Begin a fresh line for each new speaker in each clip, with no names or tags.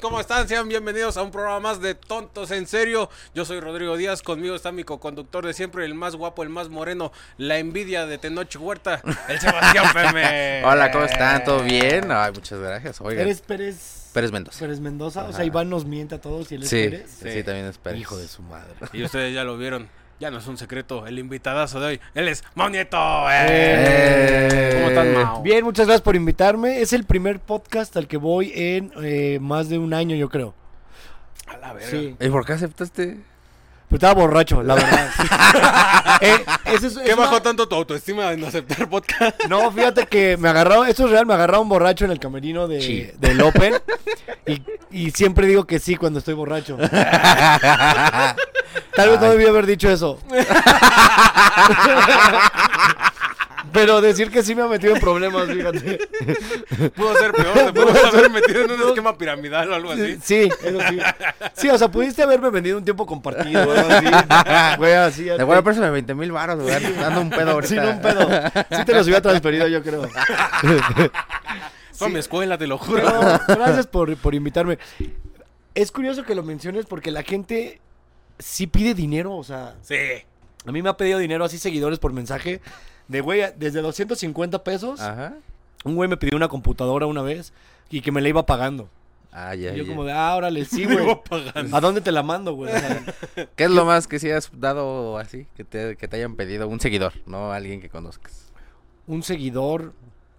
¿cómo están? Sean bienvenidos a un programa más de Tontos en Serio. Yo soy Rodrigo Díaz, conmigo está mi co-conductor de siempre, el más guapo, el más moreno, la envidia de Tenoch Huerta, el Sebastián Eh, Peme.
Hola, ¿cómo están? ¿Todo bien? Ay, muchas gracias. Oigan,
Pérez Pérez.
Pérez Mendoza.
Pérez Mendoza. O
Ajá.
sea, Iván nos miente a todos y él es
Sí,
Pérez.
sí, también es Pérez.
Hijo de su madre.
Y ustedes ya lo vieron, ya no es un secreto, el invitadazo de hoy, él es Mau Nieto.
Eh.
¡Eh! ¿Cómo están, Mau?
Bien, muchas gracias por invitarme. Es el primer podcast al que voy en eh, más de un año, yo creo.
A la verga.
Sí.
¿Y por qué aceptaste?
Pero estaba borracho, la verdad. Eh, ese es-
¿Qué
es
bajó
una-
tanto tu autoestima en aceptar podcast?
No, fíjate que me agarraron, esto es real, me agarraron borracho en el camerino de,
Sí.
del Open. Y, y siempre digo que sí cuando estoy borracho. Tal vez no debí haber dicho eso. Pero decir que sí me ha metido en problemas, fíjate.
Pudo ser peor, te pudo haber metido en un esquema piramidal o algo así.
Sí, eso sí. Sí, o sea, pudiste haberme vendido un tiempo compartido. algo así. Güey, así.
De buena persona, 20 mil baros, güey, dando un pedo ahorita.
Sin un pedo. Sí te los hubiera transferido, yo creo.
Fue a mi escuela, te lo juro.
Pero gracias por, por invitarme. Es curioso que lo menciones porque la gente sí pide dinero, o sea,
Sí.
a mí me ha pedido dinero así seguidores por mensaje de güey, desde 250 pesos,
Ajá.
un güey me pidió una computadora una vez y que me la iba pagando.
Ah, ya,
Y yo
ya.
como de, ah, órale, sí,
Me iba
güey.
pagando.
¿A dónde te la mando, güey? O sea,
¿Qué es lo más que sí has dado así? Que te, que te hayan pedido un seguidor, no alguien que conozcas.
un seguidor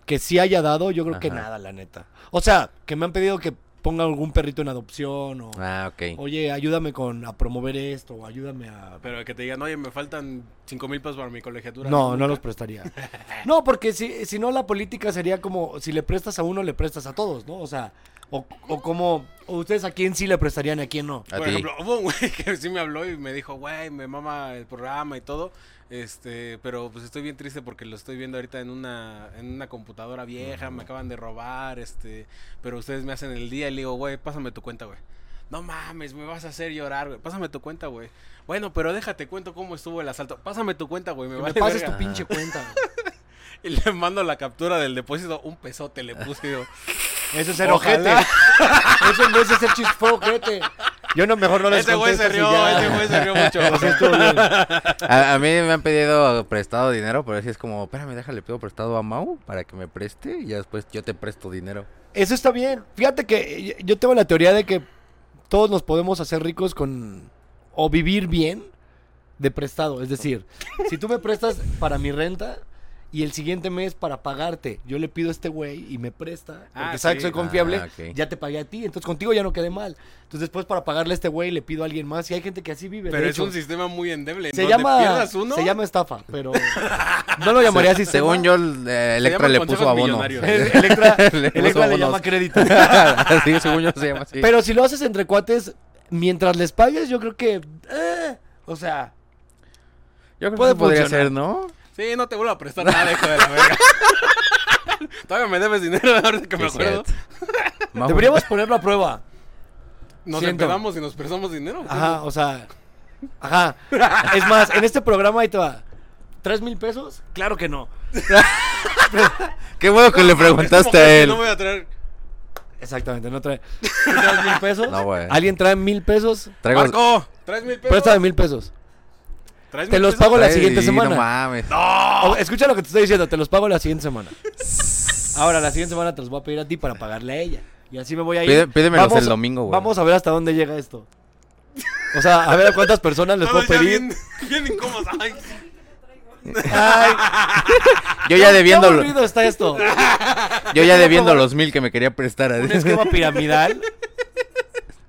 que sí haya dado, yo creo que
Ajá.
nada, la neta. O sea, que me han pedido que ponga algún perrito en adopción o
Ah, ok.
oye, ayúdame con a promover esto o ayúdame a
Pero que te digan, oye, me faltan 5 mil pesos para mi colegiatura.
No, no los prestaría. No, porque si, si no, la política sería como si le prestas a uno, le prestas a todos, ¿no? O sea, o, o como o ustedes a quién sí le prestarían y a quién no.
A
Por
ti.
ejemplo, hubo un güey que sí me habló y me dijo, güey, me mama el programa y todo. Este, pero pues estoy bien triste porque lo estoy viendo ahorita en una, en una computadora vieja, me acaban de robar, este, pero ustedes me hacen el día y le digo, güey, pásame tu cuenta, güey. No mames, me vas a hacer llorar, güey. Pásame tu cuenta, güey. Bueno, pero déjate cuento cómo estuvo el asalto. Pásame tu cuenta, güey. Me,
Que me
vale
pases
verga".
tu pinche cuenta.
Y le mando la captura del depósito. Un pesote le puse yo.
Eso es ser
Ojalá.
ojete. Eso en vez de ser chis- fue ojete. Yo no, mejor no les
ese Este güey se
contesto,
rió,
si ya.
ese güey se rió mucho.
Así estuvo bien.
A, a mí me han pedido prestado dinero, pero así es como, espérame, déjale, pido prestado a Mau para que me preste y ya después yo te presto dinero.
Eso está bien. Fíjate que eh, yo tengo la teoría de que todos nos podemos hacer ricos con o vivir bien de prestado. Es decir, si tú me prestas para mi renta y el siguiente mes para pagarte, yo le pido a este güey y me presta,
Ah,
porque sabe que
sí.
soy confiable,
Ah, ok.
ya te pagué a ti, entonces contigo ya no quedé mal. Entonces después para pagarle a este güey le pido a alguien más y hay gente que así vive. de
Pero es
hecho.
un sistema muy endeble.
se
Donde
llama
pierdas uno,
se llama estafa, pero no lo llamaría así.
Según yo, el- eh, Electra
llama
le
consejos
puso abono.
millonarios.
Electra,
Le puso
Electra le llama
abonos.
crédito.
sí, según yo se llama así.
Pero si lo haces entre cuates, mientras les pagues, yo creo que. eh, o sea,
yo creo
puede
que podría
funcionar.
ser, ¿no?
Sí, no te vuelvo a prestar nada, hijo de la verga. Todavía me debes dinero ahorita que me
Sí,
acuerdo.
cierto. Mau,
deberíamos ponerlo a prueba.
Nos
Siento.
empedamos y nos prestamos dinero.
Ajá, o sea. Ajá. Es más, en este programa ahí te va. ¿Tres mil pesos? Claro que no.
Qué bueno que le preguntaste a él.
No voy a traer.
Exactamente, no trae. ¿Traes mil pesos?
No, güey.
¿Alguien trae mil pesos?
Traigo-
Marco, ¿traes mil pesos?
Préstame mil pesos.
¿Traes
te
mil
los
pesos?
pago la
Ay,
siguiente semana.
No mames.
O- Escucha lo que te estoy diciendo, te los pago la siguiente semana. Ahora, la siguiente semana te los voy a pedir a ti para pagarle a ella. Y así me voy a ir.
Pide- pídemelos el domingo, güey.
Vamos a ver hasta dónde llega esto. O sea, a ver a cuántas personas les puedo
Todos ya
pedir.
Bien, bien incómodos. Ay,
Ay,
Yo ya
qué
debiendo,
aburrido está esto.
yo ya debiendo los mil que me quería prestar.
Un esquema piramidal.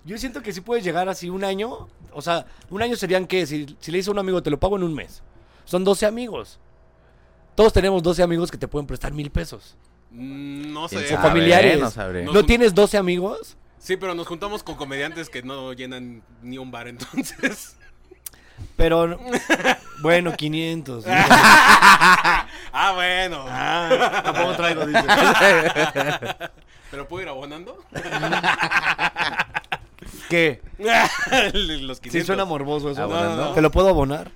Yo siento que si puedes llegar así un año. O sea, un año serían que si, si le dices a un amigo, te lo pago en un mes. Son 12 amigos. Todos tenemos 12 amigos que te pueden prestar mil pesos.
mm, no
¿Quién
sé.
O
sabe?
familiares.
no Ah, sabré.
¿No
Nos-
tienes 12 amigos?
Sí, pero nos juntamos con comediantes que no llenan ni un bar, entonces.
Pero bueno, 500. ¿no?
Ah, bueno.
Ah, Tampoco traigo, dice.
¿Pero puedo ir abonando?
¿Qué?
los 500.
Sí suena morboso eso.
Abonando.
Ah, No, no, no.
¿Te lo puedo abonar?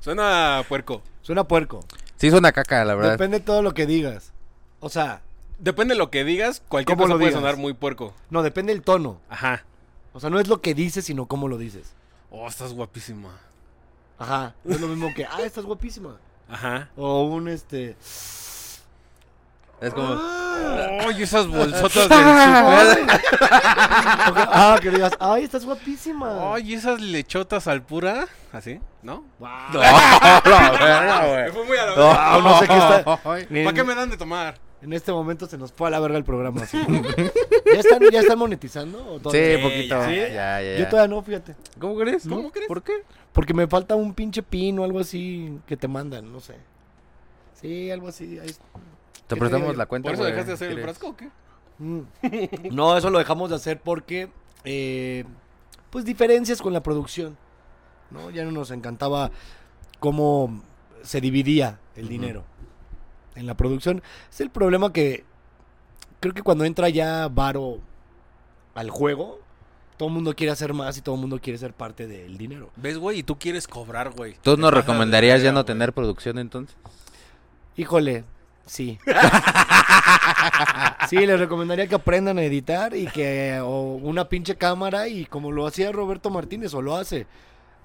Suena puerco.
Suena puerco.
Sí, suena caca, la verdad.
Depende de todo lo que digas. O sea,
Depende de lo que digas, cualquier
¿Cómo
cosa
lo
puede
digas?
sonar muy puerco.
No, depende del tono.
Ajá.
O sea, no es lo que dices, sino cómo lo dices.
Oh, estás guapísima.
Ajá. No es lo mismo que, ah, estás guapísima.
Ajá.
O un este.
Es como.
Oye, esas bolsotas del super.
o que- ah, que digas, ay, estás guapísima.
Oye, esas lechotas al pura. ¿Así? ¿No?
Guau.
Me fue muy a la verga.
Guau, Eh. no sé qué está.
¿Para qué me dan de tomar?
En este momento se nos fue a la verga el programa. así. ¿Ya, están, ¿Ya están monetizando? ¿O
Sí,
todavía
Sí,
poquito.
ya, sí.
Ya, ya,
Yo
ya.
todavía no, fíjate.
¿Cómo crees?
¿Cómo
¿No?
crees?
¿Por qué?
Porque me falta un pinche pin o algo así que te mandan, no sé. Sí, algo así. ahí-
Te
Sí,
prestamos
güey.
la cuenta.
¿Por eso
güey,
dejaste de
si
hacer el
quieres.
frasco o qué?
Mm. No, eso lo dejamos de hacer porque, eh, pues, diferencias con la producción. ¿no? Ya no nos encantaba cómo se dividía el dinero en la producción. Es el problema que creo que cuando entra ya Varo al juego, todo el mundo quiere hacer más y todo el mundo quiere ser parte del dinero.
¿Ves, güey? Y tú quieres cobrar, güey.
¿Tú nos
Te pasas de
recomendarías ya
verga,
no
güey.
tener producción entonces?
Híjole, sí. Sí, les recomendaría que aprendan a editar y que o una pinche cámara y como lo hacía Roberto Martínez o lo hace.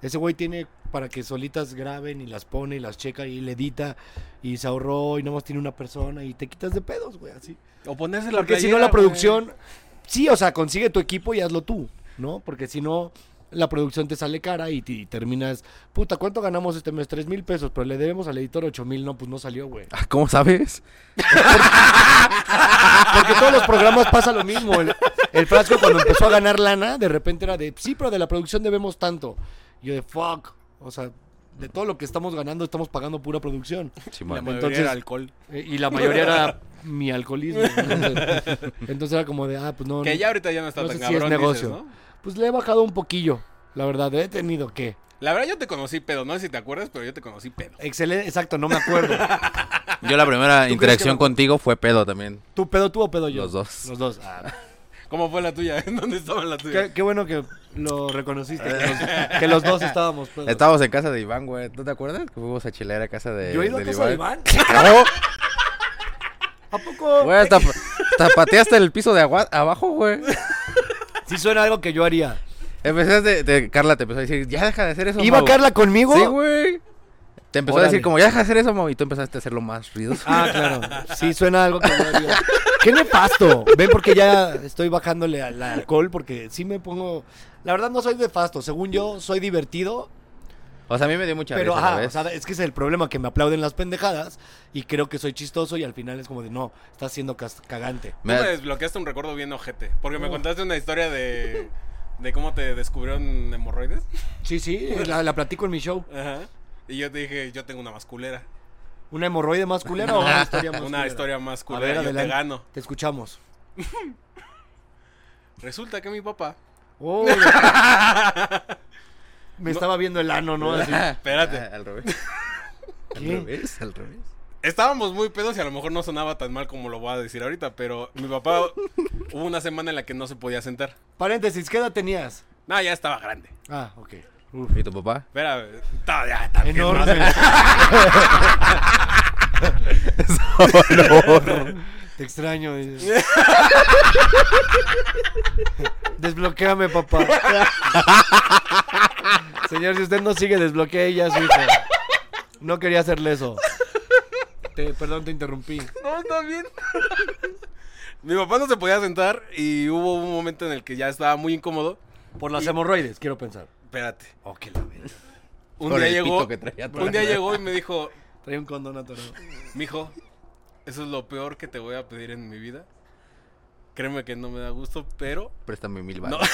Ese güey tiene para que solitas graben y las pone y las checa y le edita y se ahorró y nada más tiene una persona y te quitas de pedos, güey, así.
O ponerse la
Porque si
playera,
no la
güey.
producción, sí, o sea, consigue tu equipo y hazlo tú, ¿no? Porque si no la producción te sale cara y, te- y terminas, puta, ¿cuánto ganamos este mes? Tres mil pesos, pero le debemos al editor ocho mil, no, pues no salió, güey.
Ah, ¿Cómo sabes?
Porque todos los programas pasa lo mismo. El, el frasco cuando empezó a ganar lana, de repente era de, sí, pero de la producción debemos tanto. Y yo de, fuck. O sea, de todo lo que estamos ganando, estamos pagando pura producción.
Simón.
La mayoría
Entonces-
era alcohol.
Eh, Y la mayoría era mi alcoholismo. Entonces, entonces era como de, ah, pues no.
Que
no.
ya ahorita ya no está
no
tan
sé si es
cabrón, dices,
negocio.
¿no?
Pues le he bajado un poquillo. La verdad, he tenido que.
La verdad yo te conocí pedo, no sé si te acuerdas, pero yo te conocí pedo.
Excelente, exacto, no me acuerdo.
Yo la primera
que
interacción
no?
contigo fue pedo también.
¿Tú pedo tú o pedo yo?
Los dos.
Los dos. Ah,
¿Cómo fue la tuya? ¿En dónde estaba la tuya?
qué, qué bueno que lo reconociste.
Eh,
Que los, que los dos estábamos pedos.
Estábamos en casa de Iván, güey. ¿Tú te acuerdas? Que fuimos a chilear a casa de
Yo he ido a
del
casa de Iván.
No,
¿A poco?
güey, hasta, hasta pateaste el piso de agua- abajo, güey.
Sí suena algo que yo haría.
Empezaste, te- Carla te empezó a decir, ya deja de hacer eso,
¿Iba
Mau".
Carla conmigo?
Sí, güey. Te empezó a
Órale.
decir como, ya deja de hacer eso, Mau. Y tú empezaste a hacerlo más ruidoso.
Ah, claro. Sí suena algo que yo haría. ¡Qué nefasto! Ven porque ya estoy bajándole al alcohol porque sí me pongo... La verdad no soy nefasto. Según yo, soy divertido.
O sea, a mí me dio mucha
pero
risa,
ajá,
¿sabes?
o sea, es que ese es el problema, que me aplauden las pendejadas y creo que soy chistoso y al final es como de, no, estás siendo cas- cagante.
Tú
Me-
me desbloqueaste un recuerdo bien ojete, porque me contaste una historia de, de cómo te descubrieron hemorroides.
Sí, sí, la, la platico en mi show.
Ajá. Y yo te dije, yo tengo una masculera.
¿Una hemorroide más culera o una historia más
Una
culera?
historia más culera, yo
adelante.
te gano.
Te escuchamos.
Resulta que mi papá...
Oh, me estaba viendo el ano, ¿no? Así.
Espérate.
Ah, al revés. Al
¿Qué?
revés, al revés.
Estábamos muy pedos y a lo mejor no sonaba tan mal como lo voy a decir ahorita, pero mi papá hubo una semana en la que no se podía sentar.
Paréntesis, ¿qué edad tenías?
No, ya estaba grande.
Ah, ok.
¿Y tu papá?
Espera, estaba ya también, ¿no?
Enorme. Te extraño. dices. Desbloquéame, papá. Señor, si usted no sigue, desbloquee ya a su hijo. No quería hacerle eso. Te- perdón, te interrumpí.
No, está bien. Mi papá no se podía sentar y hubo un momento en el que ya estaba muy incómodo.
Por las hemorroides, quiero pensar.
Espérate.
Oh, qué la verga.
Un
Por
día
el
llegó.
pito que traía
Un día
atrás.
llegó y me dijo,
Traía un condón atorado.
mijo, eso es lo peor que te voy a pedir en mi vida. Créeme que no me da gusto, pero.
Préstame mil
No.
balas.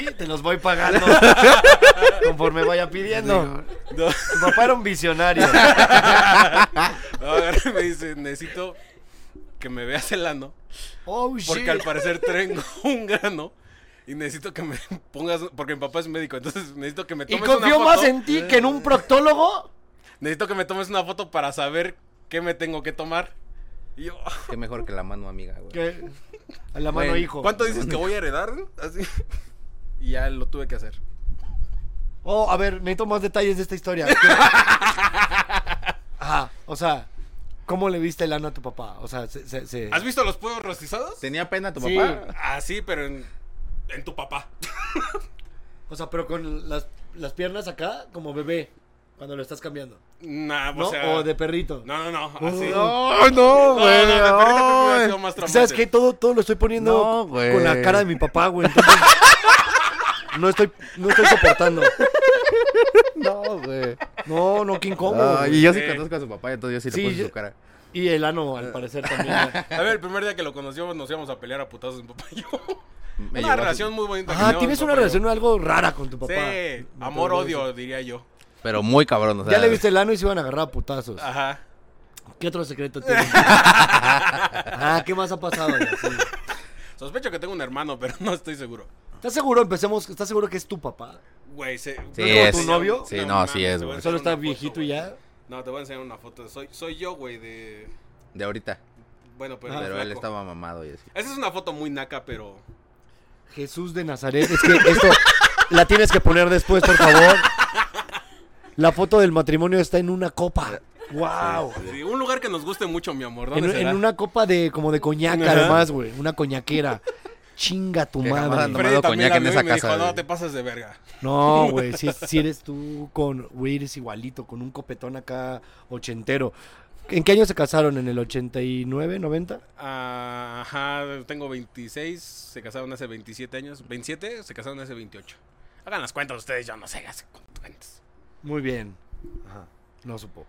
Y te los voy pagando conforme vaya pidiendo.
no.
Tu papá era un visionario.
Ahora me dice, necesito que me veas el ano.
Oh, shit.
Porque al parecer tengo un grano. Y necesito que me pongas. Porque mi papá es médico, entonces necesito que me
Y
tomes una
confío
foto.
más en ti que en un proctólogo.
Necesito que me tomes una foto para saber qué me tengo que tomar. Y yo, "Ah,
Qué mejor que la mano amiga, güey.
Que a la mano,
Güey,
hijo.
¿cuánto dices que voy a heredar? Así. Y ya lo tuve que hacer.
Oh, a ver, necesito más detalles de esta historia. Ajá, o sea, ¿Cómo le viste el ano a tu papá? O sea, se... se- se-
¿Has visto los pueblos rostizados?
¿Tenía pena tu
Sí.
papá?
Ah, sí, pero en, en tu papá.
O sea, pero con las, las piernas acá como bebé cuando lo estás cambiando.
Nah,
¿No?
o
O,
sea.
de Oh, perrito.
No, no, no. Así.
No,
No,
no,
no, de
güey.
perrito creo que hubiera
ay.
sido más traumante.
¿Sabes qué? Todo, todo lo estoy poniendo
No, güey.
con la cara de mi papá, güey. entonces, no, estoy, no estoy soportando.
No, güey.
No, no, qué incómodo.
Ah,
güey.
y yo sí
Sí.
conozco a su papá, entonces yo sí,
Sí,
le puse
yo-
su cara.
y... el ano, al parecer, también. güey.
A ver, el primer día que lo conocimos nos íbamos a pelear a putazos mi papá y yo.
Me llevó
una
a su-
relación muy bonita. que
Ah,
teníamos
tienes
mi papá
una
y yo.
relación algo rara con tu papá.
Sí,
No te voy a decir.
amor-odio, diría yo.
Pero muy cabrón, o sea.
Ya le viste el ano y se iban a agarrar a putazos.
Ajá.
¿Qué otro secreto tienes? ah, ¿qué más ha pasado? güey? Sí.
Sospecho que tengo un hermano, pero no estoy seguro.
¿Estás seguro? Empecemos. ¿Estás seguro que es tu papá?
Güey, se...
Sí,
¿No es
es.
como tu novio?
Sí, no,
mames,
sí es,
te voy a
güey.
enseñar
Solo está
una foto,
viejito
güey.
y ya.
No, te voy a enseñar una foto. Soy, soy yo, güey, de...
De ahorita.
Bueno, pero...
Ah,
Pero él
flaco.
estaba mamado y así.
Esa es una foto muy naca, pero...
Jesús de Nazaret. Es que esto la tienes que poner después, por favor. La foto del matrimonio está en una copa. ¡Wow!
Sí, un lugar que nos guste mucho, mi amor.
En,
¿Dónde
en
será?
una copa de como de coñac,
Ajá.
además, güey. Una coñaquera. Chinga tu
Que jamás
madre.
han
Freddy
tomado
también
coñac
la
en
vio
esa
y me dijo,
casa,
no,
güey".
te pasas de verga.
No, güey, si, si eres tú con, güey, eres igualito, con un copetón acá ochentero. ¿En qué año se casaron? ¿En el 89, 90?
Ah, Ajá, tengo 26, se casaron hace 27 años. 27, se casaron hace 28. Hagan las cuentas ustedes, yo no sé, hace cuentas.
Muy bien. Ajá, no supo.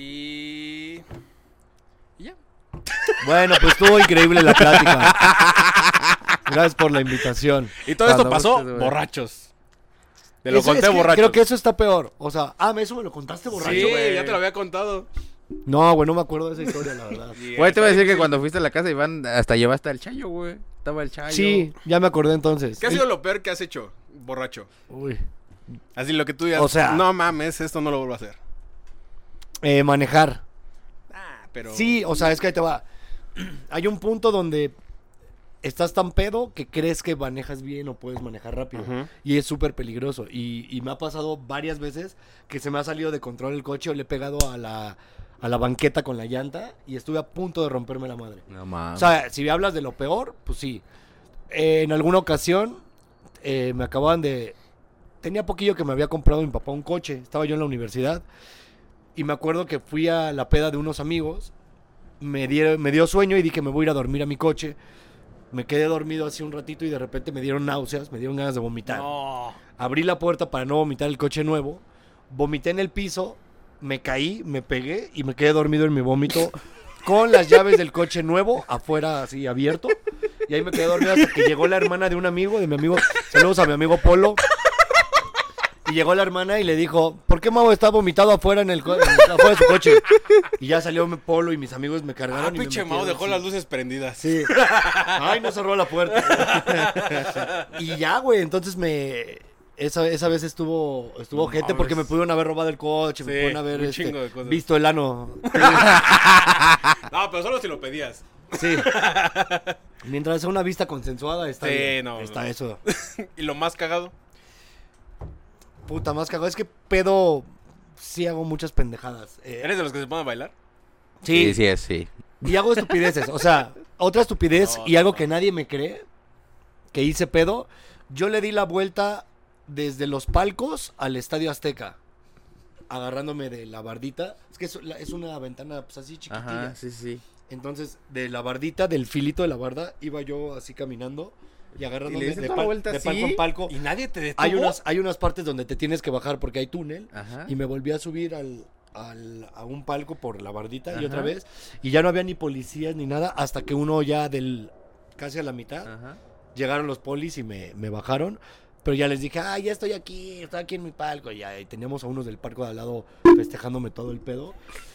Y... Y ya.
Bueno, pues estuvo increíble la plática. Gracias por la invitación.
Y todo
Cuando
esto pasó
gustes, güey.
borrachos. Te lo
Eso
conté
es que
borracho.
Creo que eso está peor. O sea, ah, eso me lo contaste borracho.
Sí,
güey.
ya te lo había contado.
No, güey, no me acuerdo de esa historia, la verdad.
Güey, te voy a decir que cuando fuiste a la casa, Iván, hasta llevaste al chayo, güey. Estaba el chayo.
Sí, ya me acordé entonces.
¿Qué ha sido lo peor que has hecho, borracho?
Uy.
Así lo que tú digas.
O sea-
no mames, esto no lo vuelvo a hacer.
Eh, manejar.
Ah, pero.
Sí, o sea, es que ahí te va. Hay un punto donde estás tan pedo que crees que manejas bien o puedes manejar rápido.
Ujú.
Y es súper peligroso. Y, y me ha pasado varias veces que se me ha salido de control el coche o le he pegado a la, a la banqueta con la llanta y estuve a punto de romperme la madre.
No mames.
O sea, si hablas de lo peor, pues sí. Eh, en alguna ocasión eh, me acababan de... Tenía poquillo que me había comprado mi papá un coche. Estaba yo en la universidad. Y me acuerdo que fui a la peda de unos amigos. Me, dieron, me dio sueño y dije, me voy a ir a dormir a mi coche. Me quedé dormido así un ratito y de repente me dieron náuseas, me dieron ganas de vomitar.
No.
Abrí la puerta para no vomitar el coche nuevo. Vomité en el piso, me caí, me pegué y me quedé dormido en mi vómito con las llaves del coche nuevo afuera así abierto. Y ahí me quedé dormido hasta que llegó la hermana de un amigo, de mi amigo. Saludos a mi amigo Polo. Y llegó la hermana y le dijo, ¿por qué Mau está vomitado afuera en el co- en el- afuera de su coche? Y ya salió mi Polo y mis amigos me cargaron.
Ah,
y me
pinche Mao
metieron
dejó
así.
las luces prendidas.
Sí. Ay, no cerró la puerta. güey. y ya, güey, entonces me... Esa, esa vez estuvo estuvo
No
gente porque me
mames.
pudieron haber robado el coche, me
Sí,
pudieron haber
un
este,
chingo de cosas.
visto el ano.
No, pero solo si lo pedías.
Sí. Mientras sea una vista consensuada, está
Sí,
bien.
no,
está
no.
eso.
Y lo más cagado.
Puta, más cagado. Es que pedo... Sí hago muchas pendejadas. Eh,
¿Eres de los que se ponen a bailar?
Sí, sí, es, sí.
Y hago estupideces. O sea, otra estupidez
No,
y
no,
algo
no.
que nadie me cree, que hice pedo, yo le di la vuelta desde los palcos al Estadio Azteca, agarrándome de la bardita. Es que es, la- es una ventana pues, así chiquitilla.
Ajá, sí, sí.
Entonces, de la bardita, del filito de la barda, iba yo así caminando y agarrándome
diste
de,
la
pal-
vuelta
de palco
así?
en palco.
Y nadie te detuvo.
Hay unas, hay unas partes donde te tienes que bajar porque hay túnel.
Ajá.
Y me volví a subir al, al- a un palco por la bardita y otra
Ajá.
vez. Y ya no había ni policías ni nada hasta que uno ya del casi a la mitad
Ajá.
llegaron los polis y me, me bajaron. Pero ya les dije, ah, ya estoy aquí, estoy aquí en mi palco. Y ahí teníamos a unos del palco de al lado festejándome todo el pedo.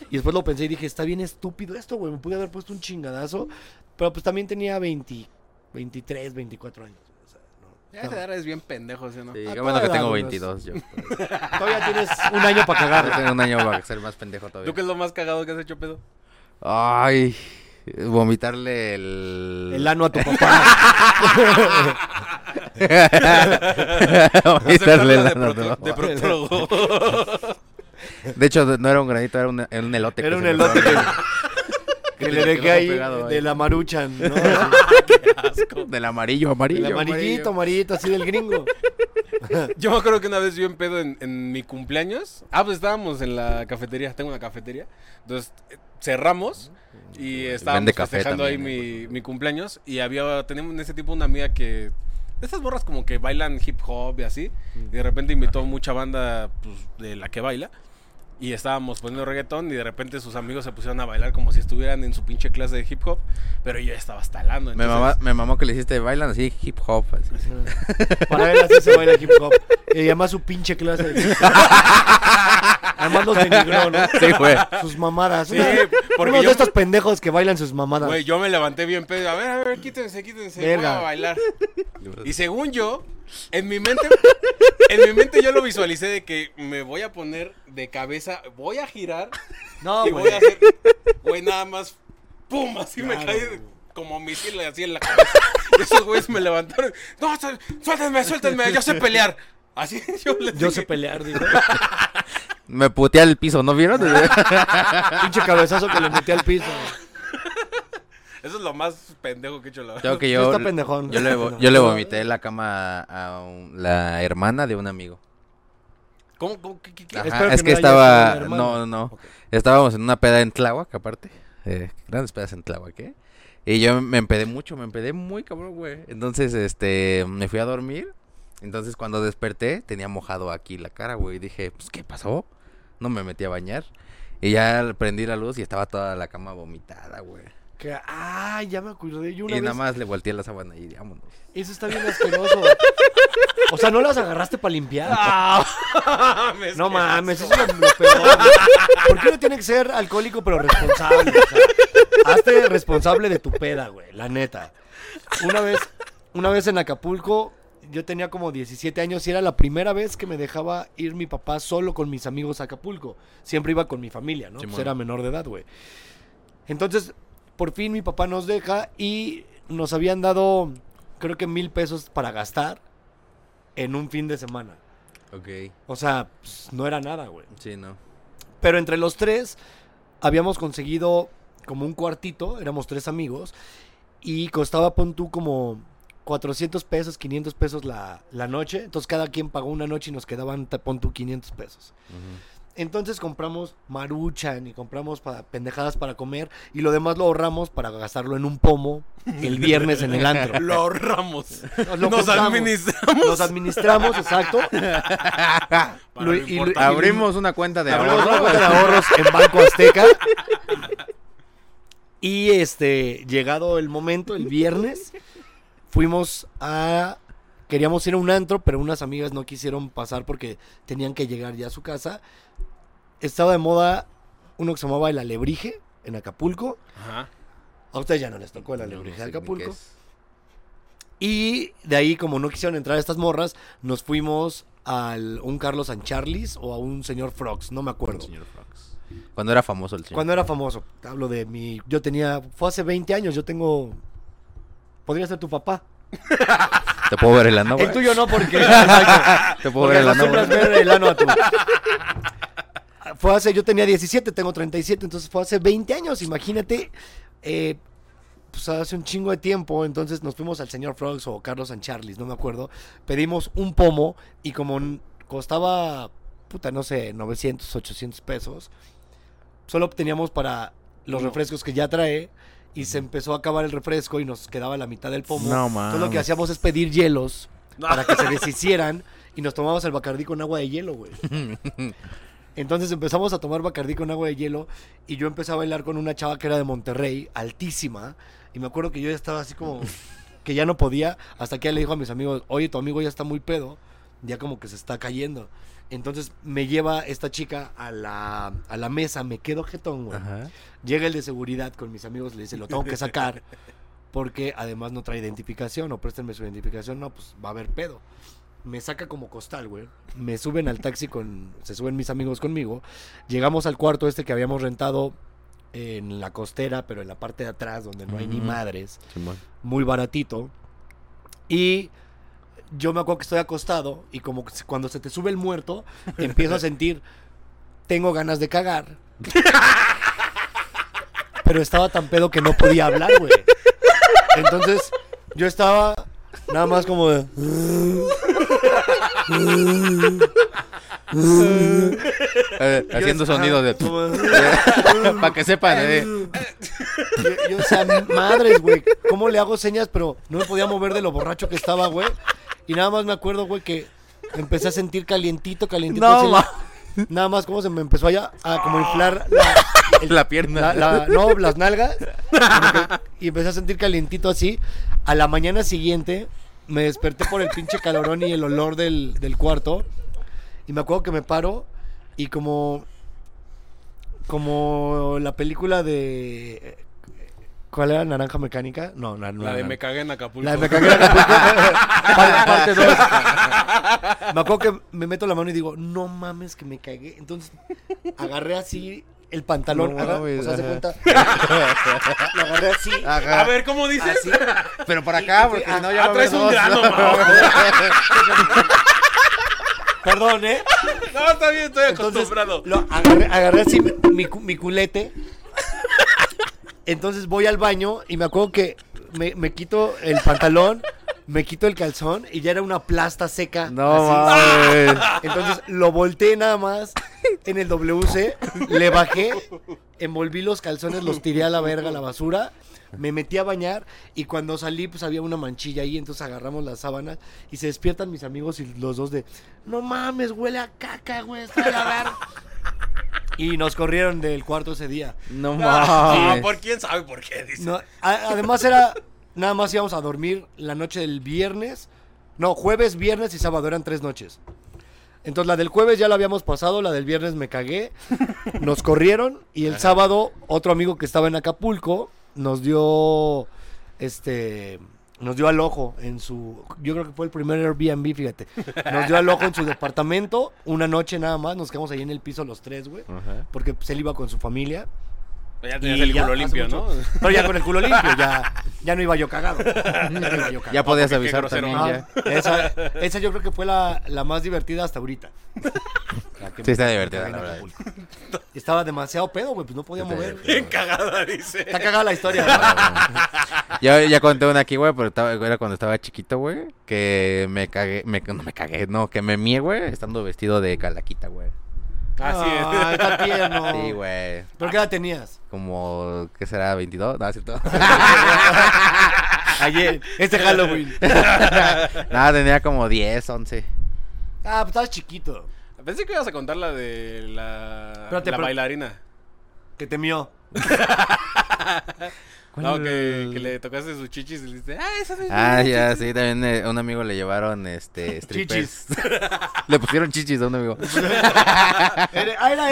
Y después lo pensé y dije, está bien estúpido esto, güey. Me pude haber puesto un chingadazo. Pero pues también tenía 20, 23, 24 años. O sea, no,
Ya te
no.
eres bien pendejo, ¿sí o no?
Sí,
A
qué
toda
bueno que
edad,
tengo
unos-
22 yo.
Todavía tienes un año para cagar.
Yo tengo un año para ser más pendejo
¿Tú qué
todavía.
es lo más cagado que has hecho, pedo?
Ay, vomitarle el...
El ano a tu papá.
vomitarle
Hacer
el
de,
ano a tu
procto-
papá.
de proctólogo.
De hecho, no era un granito, era un, un elote.
Era
que
un
se me
elote
paró.
que, que
te
le dejé
quedó
ahí
pegado
de la maruchan, ¿no?
asco.
Del amarillo, amarillo.
El amarillito, amarillito, así del gringo.
Yo me acuerdo que una vez yo en pedo en, en mi cumpleaños. Ah, pues estábamos en la cafetería. Tengo una cafetería. Entonces eh, cerramos y estábamos
Vende café
festejando ahí
también, eh,
mi, mi cumpleaños. Y había, teníamos en ese tipo una amiga que. de Esas borras como que bailan hip hop y así. Y
Mm.
de repente invitó mucha banda pues, de la que baila. Y estábamos poniendo reggaetón y de repente sus amigos se pusieron a bailar como si estuvieran en su pinche clase de hip hop. Pero yo ya estaba estalando.
Me, mama- me mamó que le hiciste bailan así hip hop. así.
Para él así se baila hip hop. Y además su pinche clase. de hip hop. Además los denigró, ¿no?
Sí, güey.
Sus mamadas.
Sí,
Una-
porque
unos
yo-
de estos pendejos que bailan sus mamadas.
Güey, yo me levanté bien pedo. A ver, a ver, quítense, quítense.
Verga.
Voy a bailar. Y según yo, en mi mente, en mi mente yo lo visualicé de que me voy a poner de cabeza, voy a girar
no,
y
güey.
voy a hacer, güey, nada más, pum, así me caí de- como misil así en la cabeza. Y esos güeyes me levantaron. No, suel- suéltenme, suéltenme, yo sé pelear. Así yo les
Yo
dije,
sé pelear, digo.
Me puteé al piso, ¿no vieron?
pinche cabezazo que le metí al piso.
Eso es lo más pendejo que he hecho la verdad.
Creo que
Sí
yo,
está pendejón.
yo, le, vo- yo le vomité la cama a a un- la hermana de un amigo.
¿Cómo, cómo, qué, qué, qué?
Ajá,
Espero que
es
no
que
haya
estaba.
sido la hermana.
No, no. Estábamos en una peda en Tláhuac, aparte. Eh, grandes pedas en Tláhuac, ¿eh? Y yo me empedé mucho, me empedé muy cabrón, güey. Entonces, este, me fui a dormir. Entonces, cuando desperté, tenía mojado aquí la cara, güey. Y dije, pues, ¿qué pasó? No me metí a bañar. Y ya prendí la luz y estaba toda la cama vomitada, güey.
Que, ah, ya me acordé. Yo una
Y
vez.
nada más le volteé la sábana y vámonos.
Eso está bien asqueroso. O sea, no las agarraste para limpiar.
mames,
No
qué
mames,
asco.
eso es lo, lo peor. güey. ¿Por qué no tiene que ser alcohólico pero responsable? O sea, hazte responsable de tu peda, güey, la neta. Una vez, una vez en Acapulco, yo tenía como 17 años y era la primera vez que me dejaba ir mi papá solo con mis amigos a Acapulco. Siempre iba con mi familia, ¿no? Pues
Simón.
era menor de edad, güey. Entonces, por fin mi papá nos deja y nos habían dado, creo que mil pesos para gastar en un fin de semana.
Ok.
O sea, pues, no era nada, güey.
Sí, no.
Pero entre los tres habíamos conseguido como un cuartito, éramos tres amigos, y costaba, pon tú, como 400 pesos, 500 pesos la, la noche. Entonces cada quien pagó una noche y nos quedaban, te- pon tú, 500 pesos. Entonces compramos maruchan y compramos pa- pendejadas para comer y lo demás lo ahorramos para gastarlo en un pomo el viernes en el antro.
Lo ahorramos.
Nos lo
Nos
juntamos.
administramos.
Nos administramos, exacto.
Para
Lo-
lo
y lo-
importante.
Abrimos una cuenta de
Abrimos
ahorro.
una cuenta de ahorros en Banco Azteca. Y este, llegado el momento, el viernes, fuimos a. Queríamos ir a un antro, pero unas amigas no quisieron pasar porque tenían que llegar ya a su casa. Estaba de moda uno que se llamaba el Alebrije en Acapulco.
Ajá.
A ustedes ya no les tocó el Alebrije
sé
de
ni qué
Acapulco.
es.
Y de ahí, como no quisieron entrar estas morras, nos fuimos a un Carlos Sancharlis o a un señor Frogs, no me acuerdo.
Cuando era famoso el señor.
Cuando era famoso, te hablo de mi. Yo tenía. Fue hace 20 años, yo tengo. Podría ser tu papá.
Te puedo ver el ano, güey?
el tuyo no, porque. exacto,
Te puedo
porque
ver el ano,
acostumbras
güey?
ver el ano a tu. Fue hace. Yo tenía 17, tengo 37, entonces fue hace 20 años, imagínate. eh, pues hace un chingo de tiempo, entonces nos fuimos al señor Frogs o Carlos Sancharlis, no me acuerdo. Pedimos un pomo y como n- costaba, puta, no sé, 900, 800 pesos, solo teníamos para los
Uno.
refrescos que ya trae y se empezó a acabar el refresco y nos quedaba la mitad del pomo.
No
Entonces lo que
mames.
hacíamos es pedir hielos para que se deshicieran y nos tomábamos el bacardí con agua de hielo, güey. Entonces empezamos a tomar Bacardí con agua de hielo y yo empecé a bailar con una chava que era de Monterrey, altísima, y me acuerdo que yo ya estaba así como que ya no podía, hasta que ya le dijo a mis amigos, "Oye, tu amigo ya está muy pedo, ya como que se está cayendo." Entonces me lleva esta chica a la, a la mesa, me quedo jetón, güey.
Ajá.
Llega el de seguridad con mis amigos, le dice, "Lo tengo que sacar." Porque además no trae identificación, o préstenme su identificación, no, pues va a haber pedo me saca como costal, güey. Me suben al taxi con. Se suben mis amigos conmigo. Llegamos al cuarto este que habíamos rentado en la costera, pero en la parte de atrás, donde no hay ni
Ujú.
madres.
Simón.
Muy baratito. Y yo me acuerdo que estoy acostado y como que se- cuando se te sube el muerto, empiezo a sentir. Tengo ganas de cagar. pero estaba tan pedo que no podía hablar, güey. Entonces, yo estaba nada más como de.
Eh, haciendo
Yo-
sonidos
ah,
de...
ajá, como
Para que sepan, eh.
Yo, yo, o sea, madres, güey. ¿Cómo le hago señas? Pero no me podía mover de lo borracho que estaba, güey. Y nada más me acuerdo, güey, que empecé a sentir calientito, calientito.
No,
así la-
ma-
nada más como se me empezó allá a como inflar la, el-
La pierna.
la- la- no, las nalgas. como que- y empecé a sentir calientito así. A la mañana siguiente me desperté por el pinche calorón y el olor del, del cuarto. Y me acuerdo que me paro y como... Como la película de... ¿Cuál era? ¿Naranja Mecánica? No, na- no
La
era
de
Naranja.
me cagué en Acapulco.
La de me cagué en Acapulco. Par- parte dos. Me acuerdo que me meto la mano y digo, no mames que me cagué. Entonces agarré así el pantalón.
No
agar-
mames,
o sea, se
ajá.
cuenta. Lo agarré así.
A ver, ¿cómo dices?
Así.
Pero para acá, porque si no ya
ah,
va a
traes
haber
un
dos.
grano, mamá.
Perdón, ¿eh?
No, está bien, estoy
Entonces
acostumbrado.
lo agarré, agarré así mi, mi cu- mi culete. Entonces voy al baño y me acuerdo que me, me quito el pantalón, me quito el calzón y ya era una plasta seca.
No
así.
mames.
Entonces lo volteé nada más en el WC, le bajé, envolví los calzones, los tiré a la verga, a la basura, me metí a bañar y cuando salí pues había una manchilla ahí, entonces agarramos las sábanas y se despiertan mis amigos y los dos de, no mames, huele a caca, güey, está de la verga". Y nos corrieron del cuarto ese día.
No
Ah,
mames.
¿por quién sabe por qué? Dice.
No, a- además era, nada más íbamos a dormir la noche del viernes. No, jueves, viernes y sábado eran tres noches. Entonces la del jueves ya la habíamos pasado, la del viernes me cagué, nos corrieron y el sábado otro amigo que estaba en Acapulco nos dio, este, nos dio al ojo en su, yo creo que fue el primer Airbnb, fíjate, nos dio al ojo en su departamento, una noche nada más, nos quedamos ahí en el piso los tres, güey,
Ajá.
porque pues, él iba con su familia.
Ya
Y
tenías el
ya,
culo
hace
limpio, ¿no?
mucho. Pero ya con el culo limpio, ya, ya no iba yo cagado. Ya no iba yo cagado.
Ya podías
qué
avisar
grosero,
también,
¿no?
ya.
Ah, esa, esa yo creo que fue la, la más divertida hasta ahorita.
Ah,
La que
Sí, está
me-
divertida,
me
la
cagué en
verdad.
Acapulco. Estaba demasiado pedo, güey, pues no podía
Está
mover.
divertida.
Bien cagada, dice.
Está cagada la historia. ¿no?
Ya, ya conté una aquí, güey, pero estaba- era cuando estaba chiquito, güey, que me cagué, me, no me cagué, no, que me mié, güey, estando vestido de calaquita, güey.
Así es.
Ah, está tierno.
Sí, güey,
¿Pero qué edad tenías?
como, ¿qué será? ¿22? No, es cierto.
Ayer, este Halloween.
Nada, tenía como 10, 11.
Ah, pues estabas chiquito.
Pensé que ibas a contar la de la,
Espérate,
la
pero-
bailarina.
Que temió.
No, que,
¿Cuál?
que le tocaste sus chichis y le dijiste, ah, esa es mi
Ah,
chichi".
ya, sí, también eh, a un amigo le llevaron, este, strippers.
Chichis.
Le pusieron chichis a un amigo.
Era- Ah, era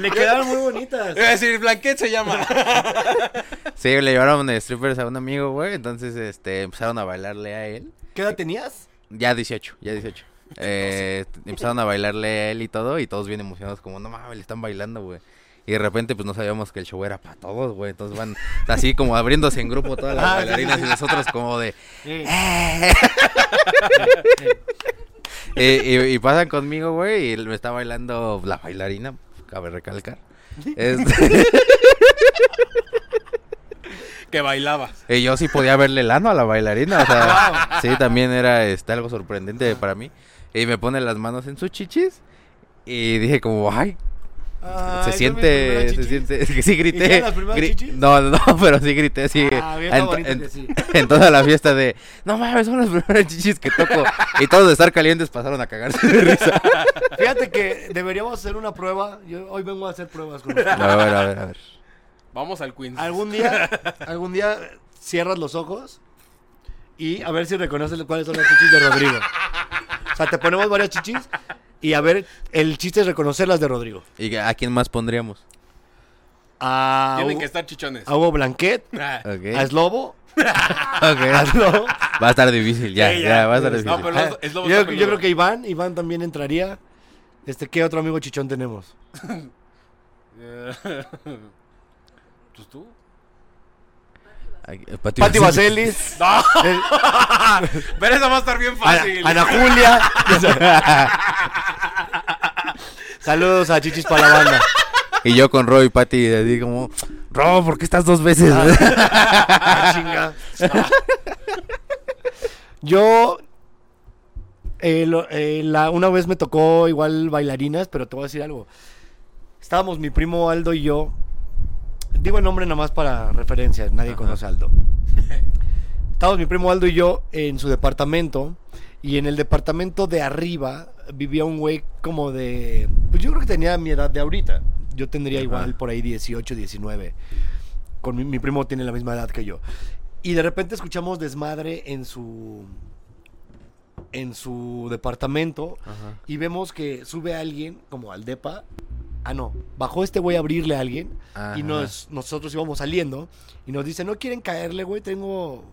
Le quedaron muy bonitas.
Iba a decir, Blanquet se llama.
Sí, le llevaron eh, strippers a un amigo, güey, entonces, este, empezaron a bailarle a él.
¿Qué edad tenías?
Ya 18, ya 18. Eh, empezaron a bailarle a él y todo, y todos bien emocionados, como, no mames, le están bailando, güey. Y de repente, pues no sabíamos que el show era para todos, güey. Entonces van así como abriéndose en grupo todas las
Ah, sí,
bailarinas
sí,
y nosotros como de...
Sí.
"Eh". Eh, y, y pasan conmigo, güey, y me está bailando la bailarina, cabe recalcar. Este,
que bailaba.
y yo sí podía verle el ano a la bailarina, o sea, sí, también era este, algo sorprendente para mí. Y me pone las manos en sus chichis y dije como, ay,
Ay,
se
yo mis
siente, se
primeras chichis.
siente, es que sí grité.
eran las primeras
gri-
chichis?
No, no, no, pero sí grité, sí.
Ah, bien, está
en,
bonito
en-
que sí.
en toda la fiesta de, no mames, son las primeras chichis que toco. y todos de estar calientes pasaron a cagarse de risa.
Fíjate que deberíamos hacer una prueba. Yo hoy vengo a hacer pruebas con
No,
ustedes.
a ver, a ver, a ver.
Vamos al Queens.
Algún día, algún día cierras los ojos y a ver si reconoces cuáles son las chichis de Rodrigo. O sea, te ponemos varias chichis y a ver, el chiste es reconocer las de Rodrigo.
¿Y a quién más pondríamos?
A,
Tienen
Hugo-
que estar chichones.
a Hugo Blanquet,
Ah.
Ok,
a Slobo, a
ok.
Slobo.
Va a estar difícil, ya,
Sí, ya.
ya, va a estar difícil.
No, pero los- es
Ah, Yo,
lo
yo creo que Iván, Iván también entraría. Este, ¿qué otro amigo chichón tenemos?
¿Tú ¿Pues tú?
Aquí, eh, Pati
Pati
Vasili.
Vaselis,
No,
eh,
pero esa va a estar bien fácil.
Ana, Ana Julia. Saludos a Chichis para la banda.
Y yo con Ro y Patty, así como, Ro, ¿por qué estás dos veces?
Ah, chinga. Yo. eh, lo- eh, la- una vez me tocó igual bailarinas, pero te voy a decir algo. Estábamos mi primo Aldo y yo. Digo el nombre nada más para referencia, nadie
Ajá.
conoce a Aldo. Estábamos mi primo Aldo y yo en su departamento. Y en el departamento de arriba vivía un güey como de. Pues yo creo que tenía mi edad de ahorita. Yo tendría
Ajá.
igual por ahí 18, 19. Con mi, mi primo tiene la misma edad que yo. Y de repente escuchamos desmadre en su. En su departamento.
Ajá.
Y vemos que sube alguien como al depa. Ah, no. Bajó este güey a abrirle a alguien. Y
Ajá.
nos, nosotros íbamos saliendo. Y nos dice: No quieren caerle, güey. Tengo.